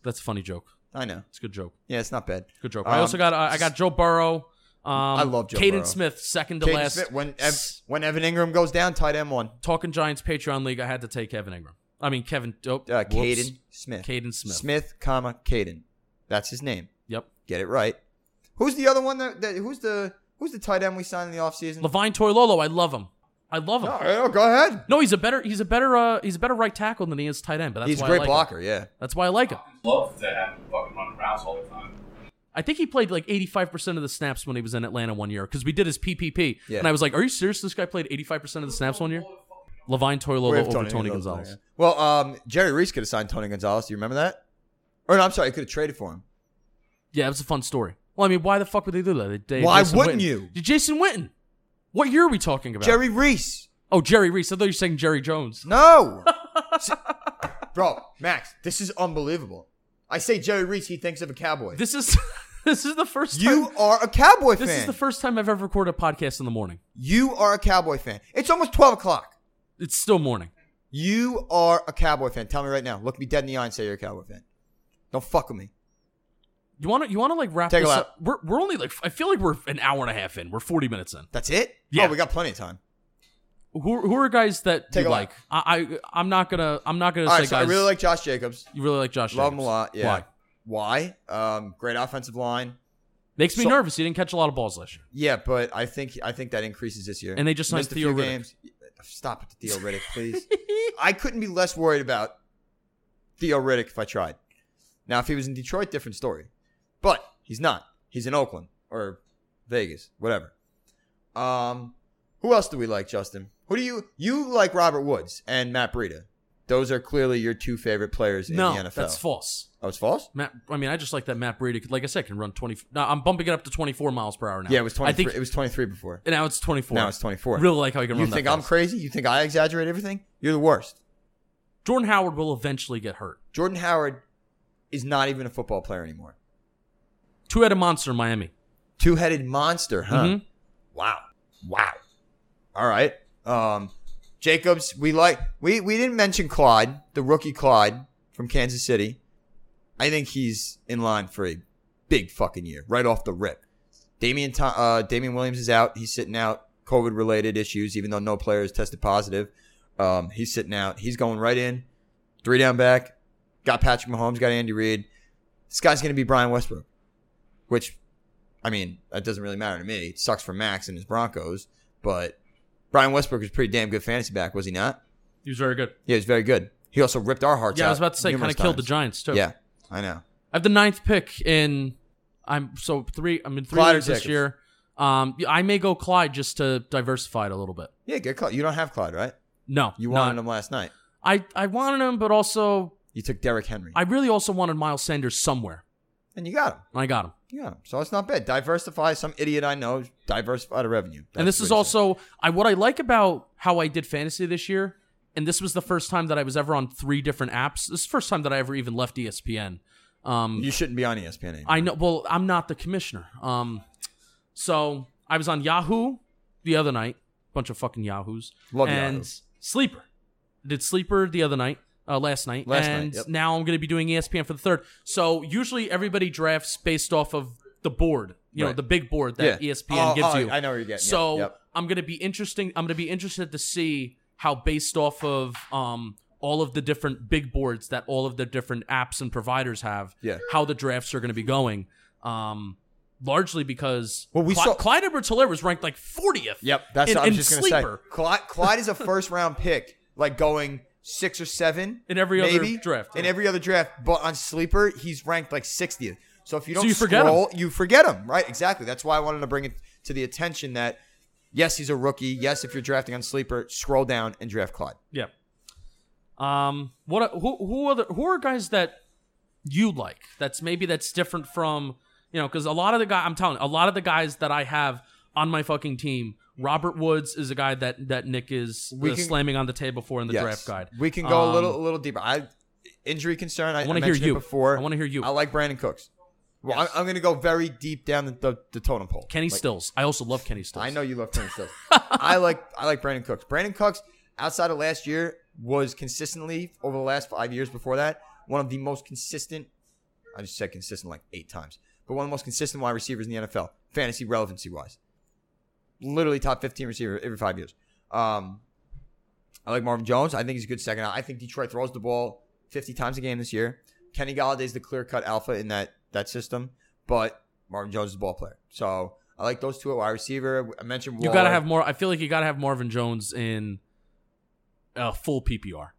Speaker 2: That's a funny joke.
Speaker 1: I know.
Speaker 2: It's a good joke.
Speaker 1: Yeah, it's not bad.
Speaker 2: Good joke. I also
Speaker 1: Um,
Speaker 2: got uh, I got Joe Burrow. Um, I
Speaker 1: love Joe
Speaker 2: Caden
Speaker 1: Burrow.
Speaker 2: Smith second to
Speaker 1: Caden
Speaker 2: last.
Speaker 1: Smith, when Ev-
Speaker 2: S-
Speaker 1: when Evan Ingram goes down, tight end one.
Speaker 2: Talking Giants Patreon League, I had to take Kevin Ingram. I mean Kevin. Oh,
Speaker 1: Uh,
Speaker 2: whoops.
Speaker 1: Caden Smith.
Speaker 2: Caden Smith.
Speaker 1: Smith, comma Caden. That's his name.
Speaker 2: Yep.
Speaker 1: Get it right. Who's the other one that, that who's the who's the tight end we signed in the offseason?
Speaker 2: Levine Toilolo, I love him. I love him.
Speaker 1: No, oh, go ahead.
Speaker 2: No, he's a better he's a better uh, he's a better right tackle than he is tight end. But that's
Speaker 1: He's a
Speaker 2: why
Speaker 1: great
Speaker 2: I like Him.
Speaker 1: blocker, yeah.
Speaker 2: That's why I like him.
Speaker 3: Love to have him fucking run routes all the time.
Speaker 2: I think he played like eighty five percent of the snaps when he was in Atlanta one year because we did his PPP.
Speaker 1: Yeah.
Speaker 2: And I was like, "Are you serious? This guy played eighty five percent of the snaps one year." Levine
Speaker 1: We
Speaker 2: Toilolo
Speaker 1: have
Speaker 2: over Tony,
Speaker 1: Gonzalez.
Speaker 2: Gonzalez.
Speaker 1: Well, um, Jerry Reese could have signed Tony Gonzalez. Do you remember that? Or no, I'm sorry, he could have traded for him.
Speaker 2: Yeah, it was a fun story. Well, I mean, why the fuck would they do that? They, they-
Speaker 1: Why
Speaker 2: Jason
Speaker 1: wouldn't
Speaker 2: Witten.
Speaker 1: you?
Speaker 2: Did Jason Witten? What year are we talking about?
Speaker 1: Jerry Reese.
Speaker 2: Oh, Jerry Reese. I thought you were saying Jerry Jones.
Speaker 1: No. S- Bro, Max, this is unbelievable. I say Jerry Reese, he thinks of a cowboy.
Speaker 2: This is this is the first time,
Speaker 1: you are a cowboy
Speaker 2: this
Speaker 1: fan.
Speaker 2: is the first time I've ever recorded a podcast in the morning.
Speaker 1: you are a cowboy fan. It's almost 12 o'clock.
Speaker 2: It's still morning.
Speaker 1: You are a cowboy fan. Tell me right now. Look me dead in the eye and say you're a cowboy fan. Don't fuck with me.
Speaker 2: You want to you want to like wrap
Speaker 1: Take a
Speaker 2: this
Speaker 1: lap.
Speaker 2: up? We're we're only like I feel like we're an hour and a half in. We're forty minutes in.
Speaker 1: That's it?
Speaker 2: Yeah.
Speaker 1: Oh, we got plenty of time.
Speaker 2: Who who are guys that
Speaker 1: Take
Speaker 2: you
Speaker 1: a lap.
Speaker 2: like? I, I I'm not gonna I'm not gonna
Speaker 1: All
Speaker 2: say
Speaker 1: right, so
Speaker 2: guys.
Speaker 1: I really like Josh Jacobs.
Speaker 2: you really like Josh.
Speaker 1: Love him a
Speaker 2: Jacobs.
Speaker 1: lot. Yeah.
Speaker 2: Why?
Speaker 1: Why? Um, great offensive line.
Speaker 2: Makes me
Speaker 1: So-
Speaker 2: nervous. He didn't catch a lot of balls last year.
Speaker 1: Yeah, but I think I think that increases this year.
Speaker 2: And they just signed
Speaker 1: Missed a few
Speaker 2: Theo Riddick.
Speaker 1: games. Stop it, Theo Riddick, please. I couldn't be less worried about Theo Riddick if I tried. Now, if he was in Detroit, different story. But he's not. He's in Oakland or Vegas, whatever. Um, who else do we like, Justin? Who do you you like? Robert Woods and Matt Breida. Those are clearly your two favorite players in
Speaker 2: No,
Speaker 1: the NFL.
Speaker 2: that's false.
Speaker 1: oh, it's false.
Speaker 2: Matt, I mean, I just like that Matt Breida. could- Like I said, can run twenty. No, I'm bumping it up to twenty four miles per hour now.
Speaker 1: Yeah, it was
Speaker 2: I
Speaker 1: twenty.
Speaker 2: think
Speaker 1: It was twenty three before.
Speaker 2: and now it's twenty four.
Speaker 1: Now it's twenty four.
Speaker 2: Really like how he can
Speaker 1: You
Speaker 2: run
Speaker 1: think
Speaker 2: that.
Speaker 1: I'm
Speaker 2: fast.
Speaker 1: crazy? You think I exaggerate everything? You're the worst.
Speaker 2: Jordan Howard will eventually get hurt.
Speaker 1: Jordan Howard is not even a football player anymore.
Speaker 2: Two headed monster, in Miami.
Speaker 1: Two headed monster, huh?
Speaker 2: Mhm.
Speaker 1: Wow. Wow. All right. Um, Jacobs, we like we we didn't mention Clyde, the rookie Clyde from Kansas City. I think he's in line for a big fucking year right off the rip. Damian Tom, uh, Damian Williams is out. He's sitting out COVID related issues, even though no player has tested positive. Um, he's sitting out. He's going right in, three down back. Got Patrick Mahomes. Got Andy Reid. This guy's going to be Brian Westbrook, which, I mean, that doesn't really matter to me. It sucks for Max and his Broncos, but Brian Westbrook was a pretty damn good fantasy back, was he not?
Speaker 2: He was very good.
Speaker 1: Yeah, he was very good. He also ripped our hearts out.
Speaker 2: Yeah, I was about to say, kind
Speaker 1: numerous
Speaker 2: of killed the
Speaker 1: times.
Speaker 2: Giants too.
Speaker 1: Yeah, I know.
Speaker 2: I have the ninth pick in. I'm so three. I'm in three
Speaker 1: Clyde or
Speaker 2: leagues this
Speaker 1: Jacobs?
Speaker 2: year. Um, yeah, I may go Clyde just to diversify it a little bit.
Speaker 1: Yeah, good Clyde. You don't have Clyde, right?
Speaker 2: No,
Speaker 1: You
Speaker 2: not-
Speaker 1: wanted him last night.
Speaker 2: I I wanted him, but also
Speaker 1: You took Derrick Henry,
Speaker 2: I really also wanted Miles Sanders somewhere,
Speaker 1: and you got him.
Speaker 2: and I got him.
Speaker 1: You got him. So it's not bad. Diversify. Some idiot I know diversify the revenue.
Speaker 2: and
Speaker 1: That's
Speaker 2: this is
Speaker 1: what he said.
Speaker 2: also I what I like about how I did fantasy this year, and this was the first time that I was ever on three different apps. This is the first time that I ever even left E ESPN. Um,
Speaker 1: you shouldn't be on E ESPN. Anymore.
Speaker 2: I know. Well, I'm not the commissioner. Um, so I was on Yahoo the other night. Bunch of fucking Yahoos.
Speaker 1: Love
Speaker 2: and
Speaker 1: Yahoo.
Speaker 2: Sleeper. Did Sleeper the other night. Uh, last night.
Speaker 1: Last night,
Speaker 2: and
Speaker 1: yep.
Speaker 2: now I'm going to be doing E ESPN for the third. So usually everybody drafts based off of the board. You know,
Speaker 1: Right.
Speaker 2: the big board that E
Speaker 1: Yeah.
Speaker 2: ESPN
Speaker 1: Oh,
Speaker 2: gives
Speaker 1: oh,
Speaker 2: you.
Speaker 1: I know what you're getting.
Speaker 2: So
Speaker 1: Yep, yep.
Speaker 2: I'm gonna be interesting. I'm gonna be interested to see how based off of um all of the different big boards that all of the different apps and providers have.
Speaker 1: Yeah.
Speaker 2: How the drafts are gonna be going. Um, largely because
Speaker 1: Well, we
Speaker 2: Cly-
Speaker 1: saw-
Speaker 2: Clyde Edwards-Hilaire was ranked like 40th.
Speaker 1: Yep, that's
Speaker 2: in,
Speaker 1: what I was
Speaker 2: in
Speaker 1: just going to say.
Speaker 2: sleeper
Speaker 1: Clyde, Clyde is a first round pick, like going six or seven
Speaker 2: in every
Speaker 1: maybe
Speaker 2: other draft.
Speaker 1: In every other draft, but on sleeper, he's ranked like 60th. So if you
Speaker 2: So
Speaker 1: don't
Speaker 2: you forget
Speaker 1: scroll, you forget him, right? Exactly. That's why I wanted to bring it to the attention that yes, he's a rookie. Yes, if you're drafting on sleeper, scroll down and draft Clyde.
Speaker 2: yeah. Um, what who who other who are guys that you like? That's maybe that's different from you know because a lot of the guy I'm telling you, a lot of the guys that I have on my fucking team. Robert Woods is a guy that that Nick is
Speaker 1: We
Speaker 2: uh,
Speaker 1: can-
Speaker 2: slamming on the table for in the
Speaker 1: Yes.
Speaker 2: draft guide.
Speaker 1: We can go a
Speaker 2: Um,
Speaker 1: little a little deeper. I injury concern. I,
Speaker 2: I
Speaker 1: I
Speaker 2: wanna
Speaker 1: want
Speaker 2: hear
Speaker 1: to hear
Speaker 2: you.
Speaker 1: you before.
Speaker 2: I wanna hear you.
Speaker 1: I like Brandon Cooks. Well, I'm, I'm going to go very deep down the, the, the totem pole.
Speaker 2: Kenny
Speaker 1: Like,
Speaker 2: Stills. I also love Kenny Stills.
Speaker 1: I know you love Brandon Cooks. I like I like Brandon Cooks. Brandon Cooks, outside of last year, was consistently over the last five years before that one of the most consistent. I just said consistent like eight times, but one of the most consistent wide receivers in the NFL, fantasy relevancy wise. Literally top fifteen receiver every five years. Um, I like Marvin Jones. I think he's a good second. out. I think Detroit throws the ball fifty times a game this year. Kenny Galladay's the clear cut alpha in that that system, but Marvin Jones is a ball player. So I like those two at wide receiver. I mentioned
Speaker 2: you gotta
Speaker 1: Waller.
Speaker 2: have more. I feel like you gotta have Marvin Jones in uh, full PPR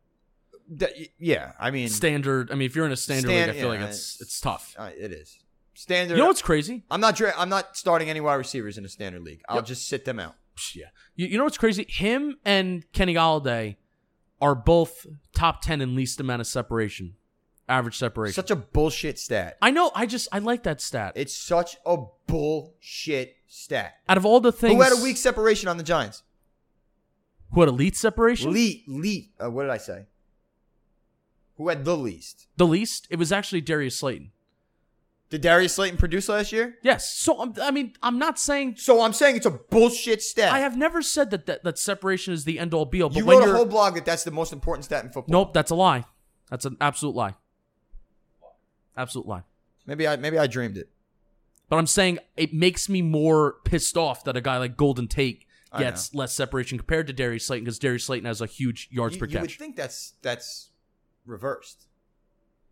Speaker 1: That- y- yeah, I mean,
Speaker 2: standard. I mean, if you're in a standard
Speaker 1: Stan-
Speaker 2: league, I feel
Speaker 1: yeah,
Speaker 2: like it's
Speaker 1: it's-
Speaker 2: it's tough.
Speaker 1: uh, it is standard.
Speaker 2: You know what's crazy?
Speaker 1: I'm not. Dra- I'm not starting any wide receivers in a standard league. I'll just sit them out.
Speaker 2: Psh, yeah. You, you know what's crazy? Him and Kenny Galladay are both top ten in least amount of separation, average separation.
Speaker 1: Such a bullshit stat.
Speaker 2: I know. I just I like that stat.
Speaker 1: It's such a bullshit stat.
Speaker 2: Out of all the things,
Speaker 1: Who had a weak separation on the Giants?
Speaker 2: who had elite separation?
Speaker 1: Lee, Lee. Uh, what did I say? Who had the least?
Speaker 2: The least. It was actually Darius Slayton.
Speaker 1: Did Darius Slayton produce last year?
Speaker 2: Yes. So I'm- I mean, I'm not saying
Speaker 1: So I'm saying it's a bullshit stat.
Speaker 2: I have never said that that, that separation is the end all be all. But
Speaker 1: you
Speaker 2: when
Speaker 1: wrote a
Speaker 2: you're
Speaker 1: whole blog that that's the most important stat in football.
Speaker 2: nope, that's a lie. That's an absolute lie. Absolute lie.
Speaker 1: Maybe I maybe I dreamed it.
Speaker 2: But I'm saying it makes me more pissed off that a guy like Golden Tate
Speaker 1: I
Speaker 2: gets less separation compared to Darius Slayton because Darius Slayton has a huge yards
Speaker 1: You,
Speaker 2: per
Speaker 1: you would
Speaker 2: catch.
Speaker 1: think that's that's reversed.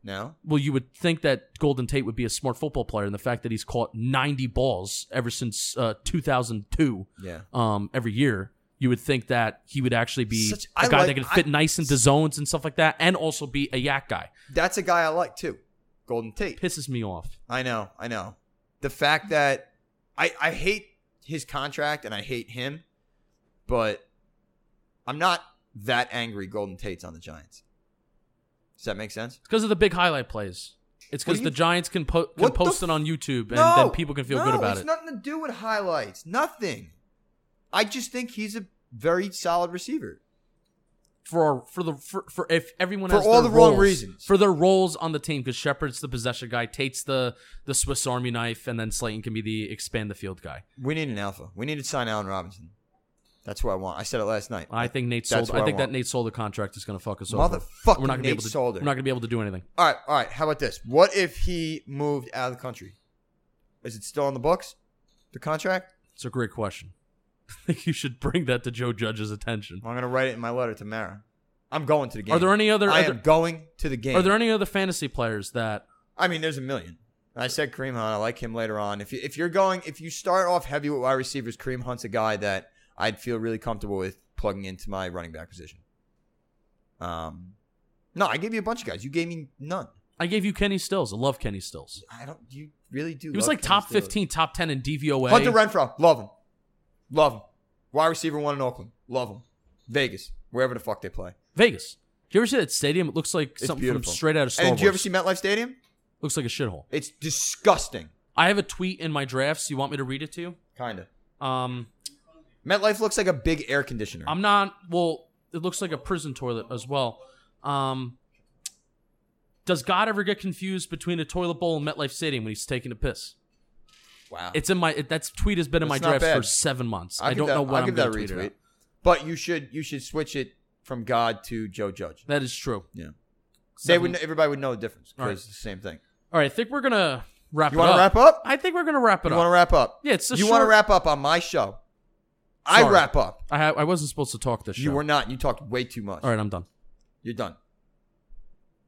Speaker 1: No,
Speaker 2: well, you would think that Golden Tate would be a smart football player, and the fact that he's caught 90 balls ever since uh, 2002,
Speaker 1: yeah.
Speaker 2: um, every year, you would think that he would actually be
Speaker 1: Such-
Speaker 2: a
Speaker 1: I
Speaker 2: guy
Speaker 1: like-
Speaker 2: that could
Speaker 1: I-
Speaker 2: fit nice into zones and stuff like that, and also be a yak guy.
Speaker 1: That's a guy I like too. Golden Tate.
Speaker 2: Pisses me off.
Speaker 1: I know, I know. The fact that I I hate his contract and I hate him, but I'm not that angry Golden Tate's on the Giants. Does that make sense?
Speaker 2: It's because of the big highlight plays. It's
Speaker 1: What
Speaker 2: because
Speaker 1: do you-
Speaker 2: the Giants can, po- can
Speaker 1: What the
Speaker 2: post it
Speaker 1: f-
Speaker 2: on YouTube, and
Speaker 1: no,
Speaker 2: then people can feel
Speaker 1: no,
Speaker 2: good about
Speaker 1: it's
Speaker 2: it.
Speaker 1: nothing to do with highlights. Nothing. I just think he's a very solid receiver.
Speaker 2: for our, for the for, for if everyone
Speaker 1: For
Speaker 2: has
Speaker 1: all
Speaker 2: their
Speaker 1: the wrong
Speaker 2: roles-
Speaker 1: reasons.
Speaker 2: for their roles on the team because Shepard's the possession guy, Tate's the the Swiss Army knife, and then Slayton can be the expand the field guy.
Speaker 1: We need an alpha. We need to sign Allen Robinson. That's what I want. I said it last night.
Speaker 2: I think Nate
Speaker 1: That's
Speaker 2: sold.
Speaker 1: what
Speaker 2: I
Speaker 1: I
Speaker 2: think that
Speaker 1: want.
Speaker 2: Nate Solder contract is going to fuck us over.
Speaker 1: Motherfucking
Speaker 2: We're not going to be
Speaker 1: Nate
Speaker 2: able to.
Speaker 1: Solder.
Speaker 2: We're not going to be able to do anything.
Speaker 1: All right, all right. How about this? What if he moved out of the country? Is it still on the books? The contract?
Speaker 2: It's a great question. I think you should bring that to Joe Judge's attention.
Speaker 1: I'm gonna write it in my letter to Mara. I'm going to the game.
Speaker 2: Are there any other?
Speaker 1: I
Speaker 2: are,
Speaker 1: am
Speaker 2: there,
Speaker 1: going to the game.
Speaker 2: are there any other fantasy players that?
Speaker 1: I mean, there's a million. I said Kareem Hunt. I like him later on. If you, if you're going, if you start off heavy with wide receivers, Kareem Hunt's a guy that I'd feel really comfortable with plugging into my running back position. Um, no, I gave you a bunch of guys. You gave me none.
Speaker 2: I gave you Kenny Stills. I love Kenny Stills.
Speaker 1: I don't. You really do.
Speaker 2: He was
Speaker 1: love
Speaker 2: like top
Speaker 1: Kenny Stills.
Speaker 2: 15, top 10 in DVOA.
Speaker 1: Hunter Renfro, love him, love him. Wide receiver one in Oakland, love him. Vegas, wherever the fuck they play.
Speaker 2: Vegas. Did you ever see that stadium? It looks like
Speaker 1: It's
Speaker 2: something
Speaker 1: beautiful.
Speaker 2: from straight out of Star
Speaker 1: and did
Speaker 2: Wars.
Speaker 1: you ever see MetLife Stadium?
Speaker 2: looks like a shithole.
Speaker 1: It's disgusting.
Speaker 2: I have a tweet in my drafts. You want me to read it to you?
Speaker 1: Kinda.
Speaker 2: Um,
Speaker 1: MetLife looks like a big air conditioner.
Speaker 2: I'm not. Well, it looks like a prison toilet as well. Um, does God ever get confused between a toilet bowl and MetLife Stadium when he's taking a piss?
Speaker 1: wow.
Speaker 2: It's in my. It, that's tweet has been in my
Speaker 1: That's not
Speaker 2: drafts for
Speaker 1: bad.
Speaker 2: seven months.
Speaker 1: I'll
Speaker 2: I
Speaker 1: give
Speaker 2: don't
Speaker 1: that-
Speaker 2: know what
Speaker 1: I'll
Speaker 2: I'm
Speaker 1: give
Speaker 2: going
Speaker 1: that
Speaker 2: to tweet it
Speaker 1: retweet.
Speaker 2: out.
Speaker 1: But you should you should switch it from God to Joe Judge.
Speaker 2: That is true.
Speaker 1: Yeah. They
Speaker 2: Seven-
Speaker 1: would everybody would know the difference because
Speaker 2: All right.
Speaker 1: it's the same thing.
Speaker 2: All right, I think we're gonna wrap.
Speaker 1: You
Speaker 2: it
Speaker 1: wanna
Speaker 2: up.
Speaker 1: wrap up?
Speaker 2: I think we're gonna wrap it
Speaker 1: you
Speaker 2: up.
Speaker 1: want to wrap up?
Speaker 2: Yeah, it's a
Speaker 1: You want to
Speaker 2: short-
Speaker 1: wrap up on my show? I
Speaker 2: Sorry.
Speaker 1: wrap up.
Speaker 2: I ha- I wasn't supposed to talk this.
Speaker 1: You
Speaker 2: show.
Speaker 1: were not. You talked way too much.
Speaker 2: All right, I'm done.
Speaker 1: You're done.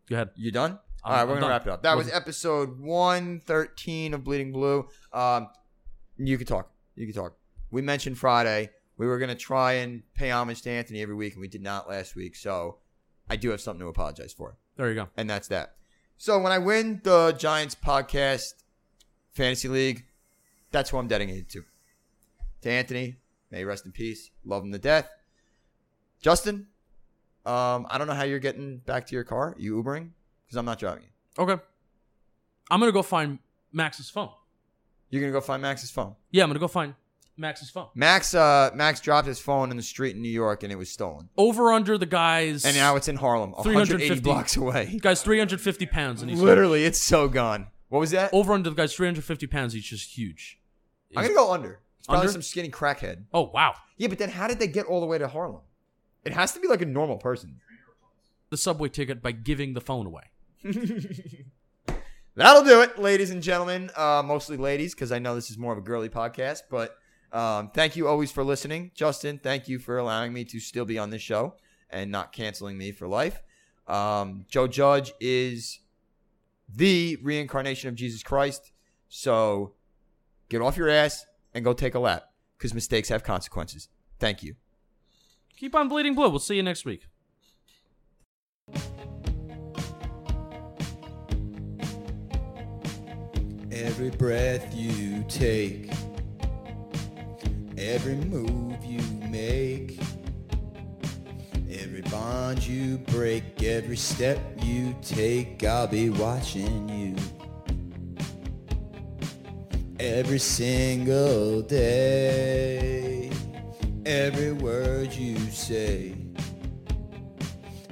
Speaker 2: Go ahead.
Speaker 1: You done? All right,
Speaker 2: I'm
Speaker 1: we're gonna
Speaker 2: done.
Speaker 1: wrap it up. That was
Speaker 2: Was-
Speaker 1: episode one thirteen of Bleeding Blue. Um, you can talk. You can talk. We mentioned Friday. We were gonna try and pay homage to Anthony every week, and we did not last week. So I do have something to apologize for,
Speaker 2: There you go.
Speaker 1: and that's that. So when I win the Giants podcast fantasy league, that's who I'm dedicated to. To Anthony, may he rest in peace. Love him to death. Justin, um, I don't know how you're getting back to your car. you Ubering? Because I'm not driving you.
Speaker 2: Okay. I'm gonna go find Max's phone.
Speaker 1: You're gonna go find Max's phone.
Speaker 2: Yeah, I'm gonna go find Max's phone.
Speaker 1: Max, uh, Max dropped his phone in the street in New York, and it was stolen.
Speaker 2: Over under the guys.
Speaker 1: And now it's in Harlem, 180
Speaker 2: 350.
Speaker 1: blocks away.
Speaker 2: Guy's 350 pounds, and he's
Speaker 1: Literally, it's so Oh, gone. What was that?
Speaker 2: over under the guy's 350 pounds. He's just huge.
Speaker 1: I'm gonna go under. It's probably
Speaker 2: Under?
Speaker 1: some skinny crackhead.
Speaker 2: Oh wow,
Speaker 1: Yeah, but then how did they get all the way to Harlem? It has to be like a normal person.
Speaker 2: the subway ticket by giving the phone away.
Speaker 1: That'll do it, ladies and gentlemen. Uh, mostly ladies, because I know this is more of a girly podcast. But um, thank you always for listening, Justin. Thank you for allowing me to still be on this show and not canceling me for life. Um, Joe Judge is the reincarnation of Jesus Christ. So get off your ass and go take a lap, because mistakes have consequences. Thank you.
Speaker 2: Keep on bleeding blue. We'll see you next week.
Speaker 1: Every breath you take, every move you make, every bond you break, every step you take, I'll be watching you. Every single day, every word you say,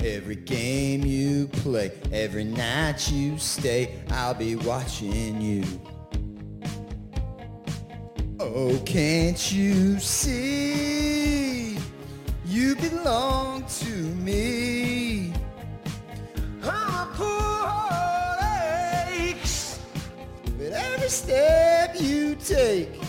Speaker 1: every game you play, every night you stay, I'll be watching you. Oh, can't you see? You belong to me. I'm a poor heart aches, but every step you take,